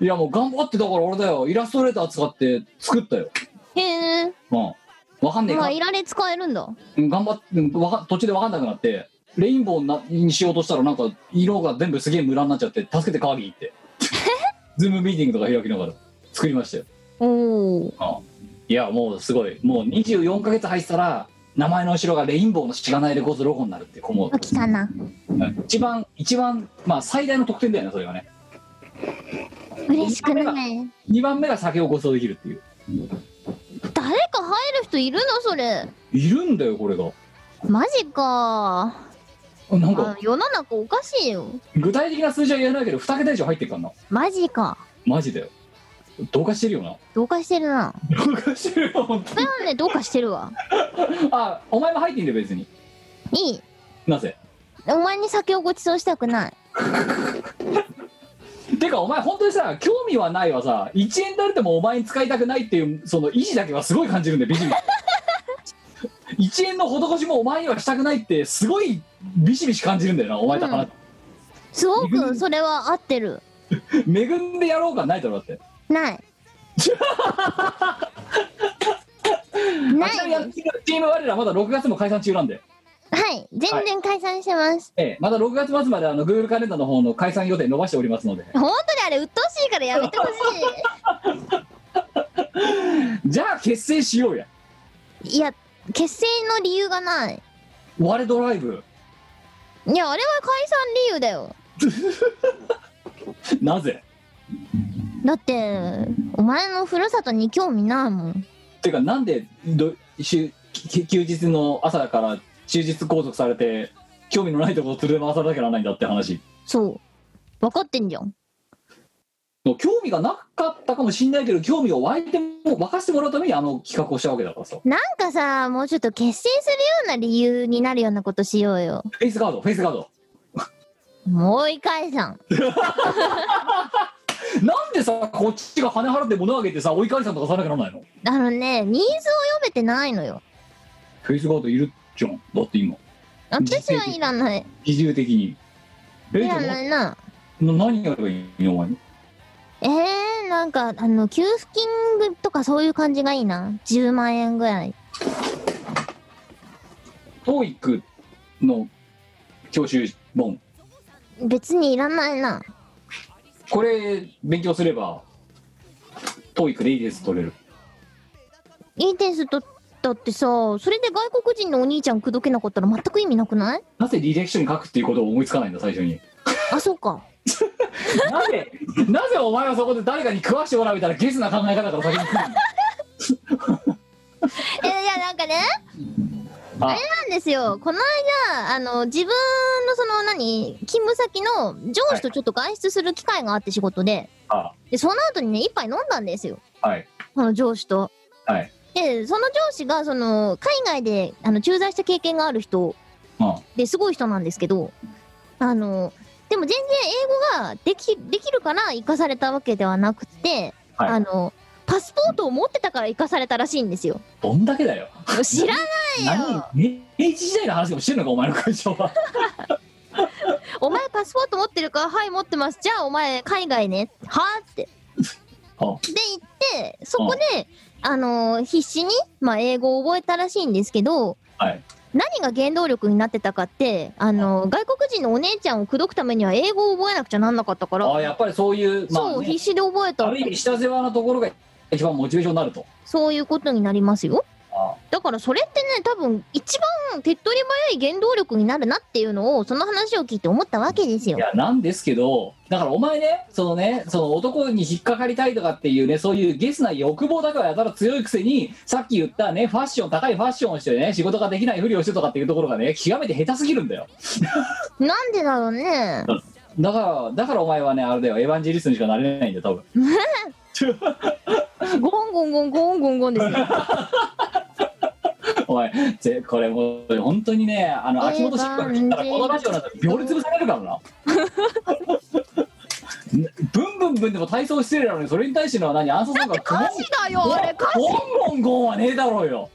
Speaker 3: いやもう頑張ってだから俺だよイラストレーター使って作ったよ
Speaker 1: へえ。
Speaker 3: まあわかんねえ
Speaker 1: ま
Speaker 3: か
Speaker 1: あ、いられ使えるんだ。
Speaker 3: うん頑張ってうんわか途中でわかんなくなってレインボーなにしようとしたらなんか色が全部すげえムラになっちゃって助けてカービィってズームミーティングとか開きながら作りましたよ
Speaker 1: おお。
Speaker 3: いやもうすごいもう24ヶ月入ってたら名前の後ろがレインボーのしがないレコーズロゴになるっていう子も
Speaker 1: 来たな。
Speaker 3: うん一番一番まあ最大の得点だよねそれがね
Speaker 1: 嬉しくない。
Speaker 3: 2番目が酒をご馳走できるっていう
Speaker 1: 誰か入る人いるのそれ。
Speaker 3: いるんだよこれが
Speaker 1: マジか。
Speaker 3: なん
Speaker 1: あ
Speaker 3: か
Speaker 1: 世の中おかしいよ。
Speaker 3: 具体的な数字は言えないけど2桁以上入ってるからな
Speaker 1: マジか。
Speaker 3: マジだよ同化してるよな
Speaker 1: どうかしてるな。
Speaker 3: 同化してるよ本当
Speaker 1: それはね、どうかしてるわ。
Speaker 3: にあお前も入っていいんだよ別に
Speaker 1: いい。
Speaker 3: なぜ
Speaker 1: お前に酒をご馳走したくない。
Speaker 3: てかお前本当にさ興味はないはさ1円であれてもお前に使いたくないっていうその意地だけはすごい感じるんだよ美 (laughs) 人1円の施しもお前にはしたくないってすごいビシビシ感じるんだよなお前と話、
Speaker 1: すごくそれは合ってる。
Speaker 3: 恵んでやろうかないだろだって (laughs)
Speaker 1: ない。な
Speaker 3: あちな
Speaker 1: い
Speaker 3: みにあの
Speaker 1: です。
Speaker 3: チーム我らまだ6月も解散中なんで、
Speaker 1: はい。全然解散してます。
Speaker 3: ええ、まだ6月末まであの Google カレンダーの方の解散予定伸ばしておりますので
Speaker 1: 本当にあれ、鬱陶しいからやめてほし
Speaker 3: じゃあ結成しようや
Speaker 1: い。
Speaker 3: (laughs)
Speaker 1: いや、結成の理由がない。
Speaker 3: 我ドライブ
Speaker 1: いや、あれは解散理由だよ。
Speaker 3: なぜ
Speaker 1: だって、お前のふるさとに興味ないもん。
Speaker 3: っていうかなんでど週き休日の朝から終日拘束されて興味のないところを連れ回されなきゃならないんだって話
Speaker 1: そう。分かってんじゃん。
Speaker 3: もう興味がなかったかもしんないけど興味を湧いても沸かしてもらうためにあの企画をしたわけだからさフ
Speaker 1: なんかさ、もうちょっと結成するような理由になるようなことしようよ。
Speaker 3: ェイスガードフェイスガード
Speaker 1: もう一回さん。
Speaker 3: なんでさこっちが金払って物あげてさ追い返さんとかさなきゃならないの
Speaker 1: あのね、ニーズを読めてないのよ。
Speaker 3: フェイスガードいるじゃんだって今
Speaker 1: 私はいらない。
Speaker 3: 比重的にえ
Speaker 1: い
Speaker 3: じゃ
Speaker 1: ら
Speaker 3: あな
Speaker 1: ないな。
Speaker 3: 何やればいいのお前
Speaker 1: えー、なんか、あの、給付金とかそういう感じがいいな。10万円ぐらい。
Speaker 3: トーイックの教習本
Speaker 1: 別にいらないな。
Speaker 3: これ勉強すればトーイックでいいです取れる
Speaker 1: いい点数取ったってさ、それで外国人のお兄ちゃん口説けなかったら全く意味なくない
Speaker 3: なぜ履歴書に書くっていうことを思いつかないんだ最初に
Speaker 1: あ、そうか。
Speaker 3: なぜ (laughs) なぜお前はそこで誰かに食わしてもらうみたいなゲスな考え方から先に来る
Speaker 1: えいやなんかね
Speaker 3: あ
Speaker 1: あれなんですよこの間あの自分のその何勤務先の上司とちょっと外出する機会があって仕事で
Speaker 3: あ
Speaker 1: でその後にね一杯飲んだんですよ
Speaker 3: はい
Speaker 1: その上司と
Speaker 3: はい
Speaker 1: でその上司がその海外であの駐在した経験がある人
Speaker 3: あ
Speaker 1: ですごい人なんですけどあのでも全然英語ができできるから生かされたわけではなくて、
Speaker 3: はい
Speaker 1: あのパスポートを持ってたから生かされたらしいんです
Speaker 3: (laughs)
Speaker 1: よ
Speaker 3: どんだけだよ
Speaker 1: 知らないよ
Speaker 3: 何明治時代の話でもしてるのかお前の会社は
Speaker 1: お前パスポート持ってるかはい持ってますじゃあお前海外ねはあってで
Speaker 3: あ
Speaker 1: 行ってそこであのー必死に、まあ、英語を覚えたらしいんですけど、
Speaker 3: はい
Speaker 1: 何が原動力になってたかって、あの、外国人のお姉ちゃんを口説くためには英語を覚えなくちゃなんなかったから、
Speaker 3: ああやっぱりそういうまあ、ね、
Speaker 1: そう、必死で覚えた
Speaker 3: ある意味下世話なところが一番モチベーションになると
Speaker 1: そういうことになりますよ
Speaker 3: あ。
Speaker 1: だからそれってね多分一番手っ取り早い原動力になるなっていうのをその話を聞いて思ったわけですよ
Speaker 3: い。やなんですけどだからお前ねそのねその男に引っかかりたいとかっていうねそういうゲスな欲望だからやたら強いくせにさっき言ったねファッション高いファッションをしてね仕事ができないふりをしてとかっていうところがね極めて下手すぎるんだよ
Speaker 1: なんでだろうね。
Speaker 3: だからだからお前はねあれだよエヴァンジェリストにしかなれないんだよ多分
Speaker 1: ゴンゴンゴンゴンゴンゴンですよ。
Speaker 3: お前ぜこれもう本当にねあの秋元新聞切ったらこのラジオなんて秒で潰されるからな (laughs) ブンブンブンでも体操失礼なのにそれに対してのは何アンサーさんが
Speaker 1: 歌詞だよあれ歌詞。
Speaker 3: ゴンゴンゴンはねえだろうよ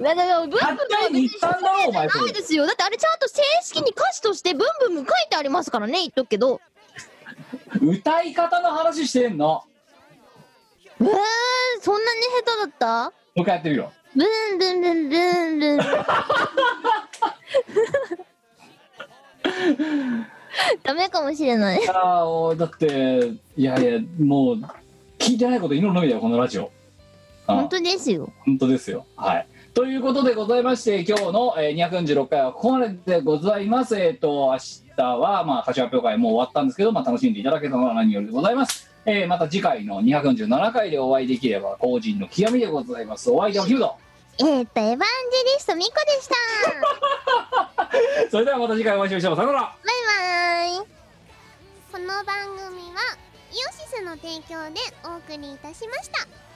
Speaker 1: いやだからブンブン
Speaker 3: たったに言ったんだろお前そ
Speaker 1: な
Speaker 3: れ
Speaker 1: いですよ。だってあれちゃんと正式に歌詞としてブンブンブン書いてありますからね言っとくけど。
Speaker 3: 歌い方の話してんの
Speaker 1: えー、そんなに下手だった
Speaker 3: もう一回やってみろ
Speaker 1: ブンブンブンブンブン。ダメかもしれない。
Speaker 3: いやーおだっていやいやもう聞いてないこと祈るのみだよこのラジオあ
Speaker 1: 本当ですよ。
Speaker 3: 本当ですよはいということでございまして今日の、えー、246回はここまででございますえっ、と明日はまあ歌詞発表会もう終わったんですけど、まあ、楽しんでいただけたのは何よりでございますえーまた次回の247回でお会いできれば個人の極みでございますお相手はヒュード
Speaker 1: えー、っと、エヴァンジェリストミコでした。
Speaker 3: それではまた次回お会いしましょうさよなら
Speaker 1: バイバイ。
Speaker 4: この番組はイオシスの提供でお送りいたしました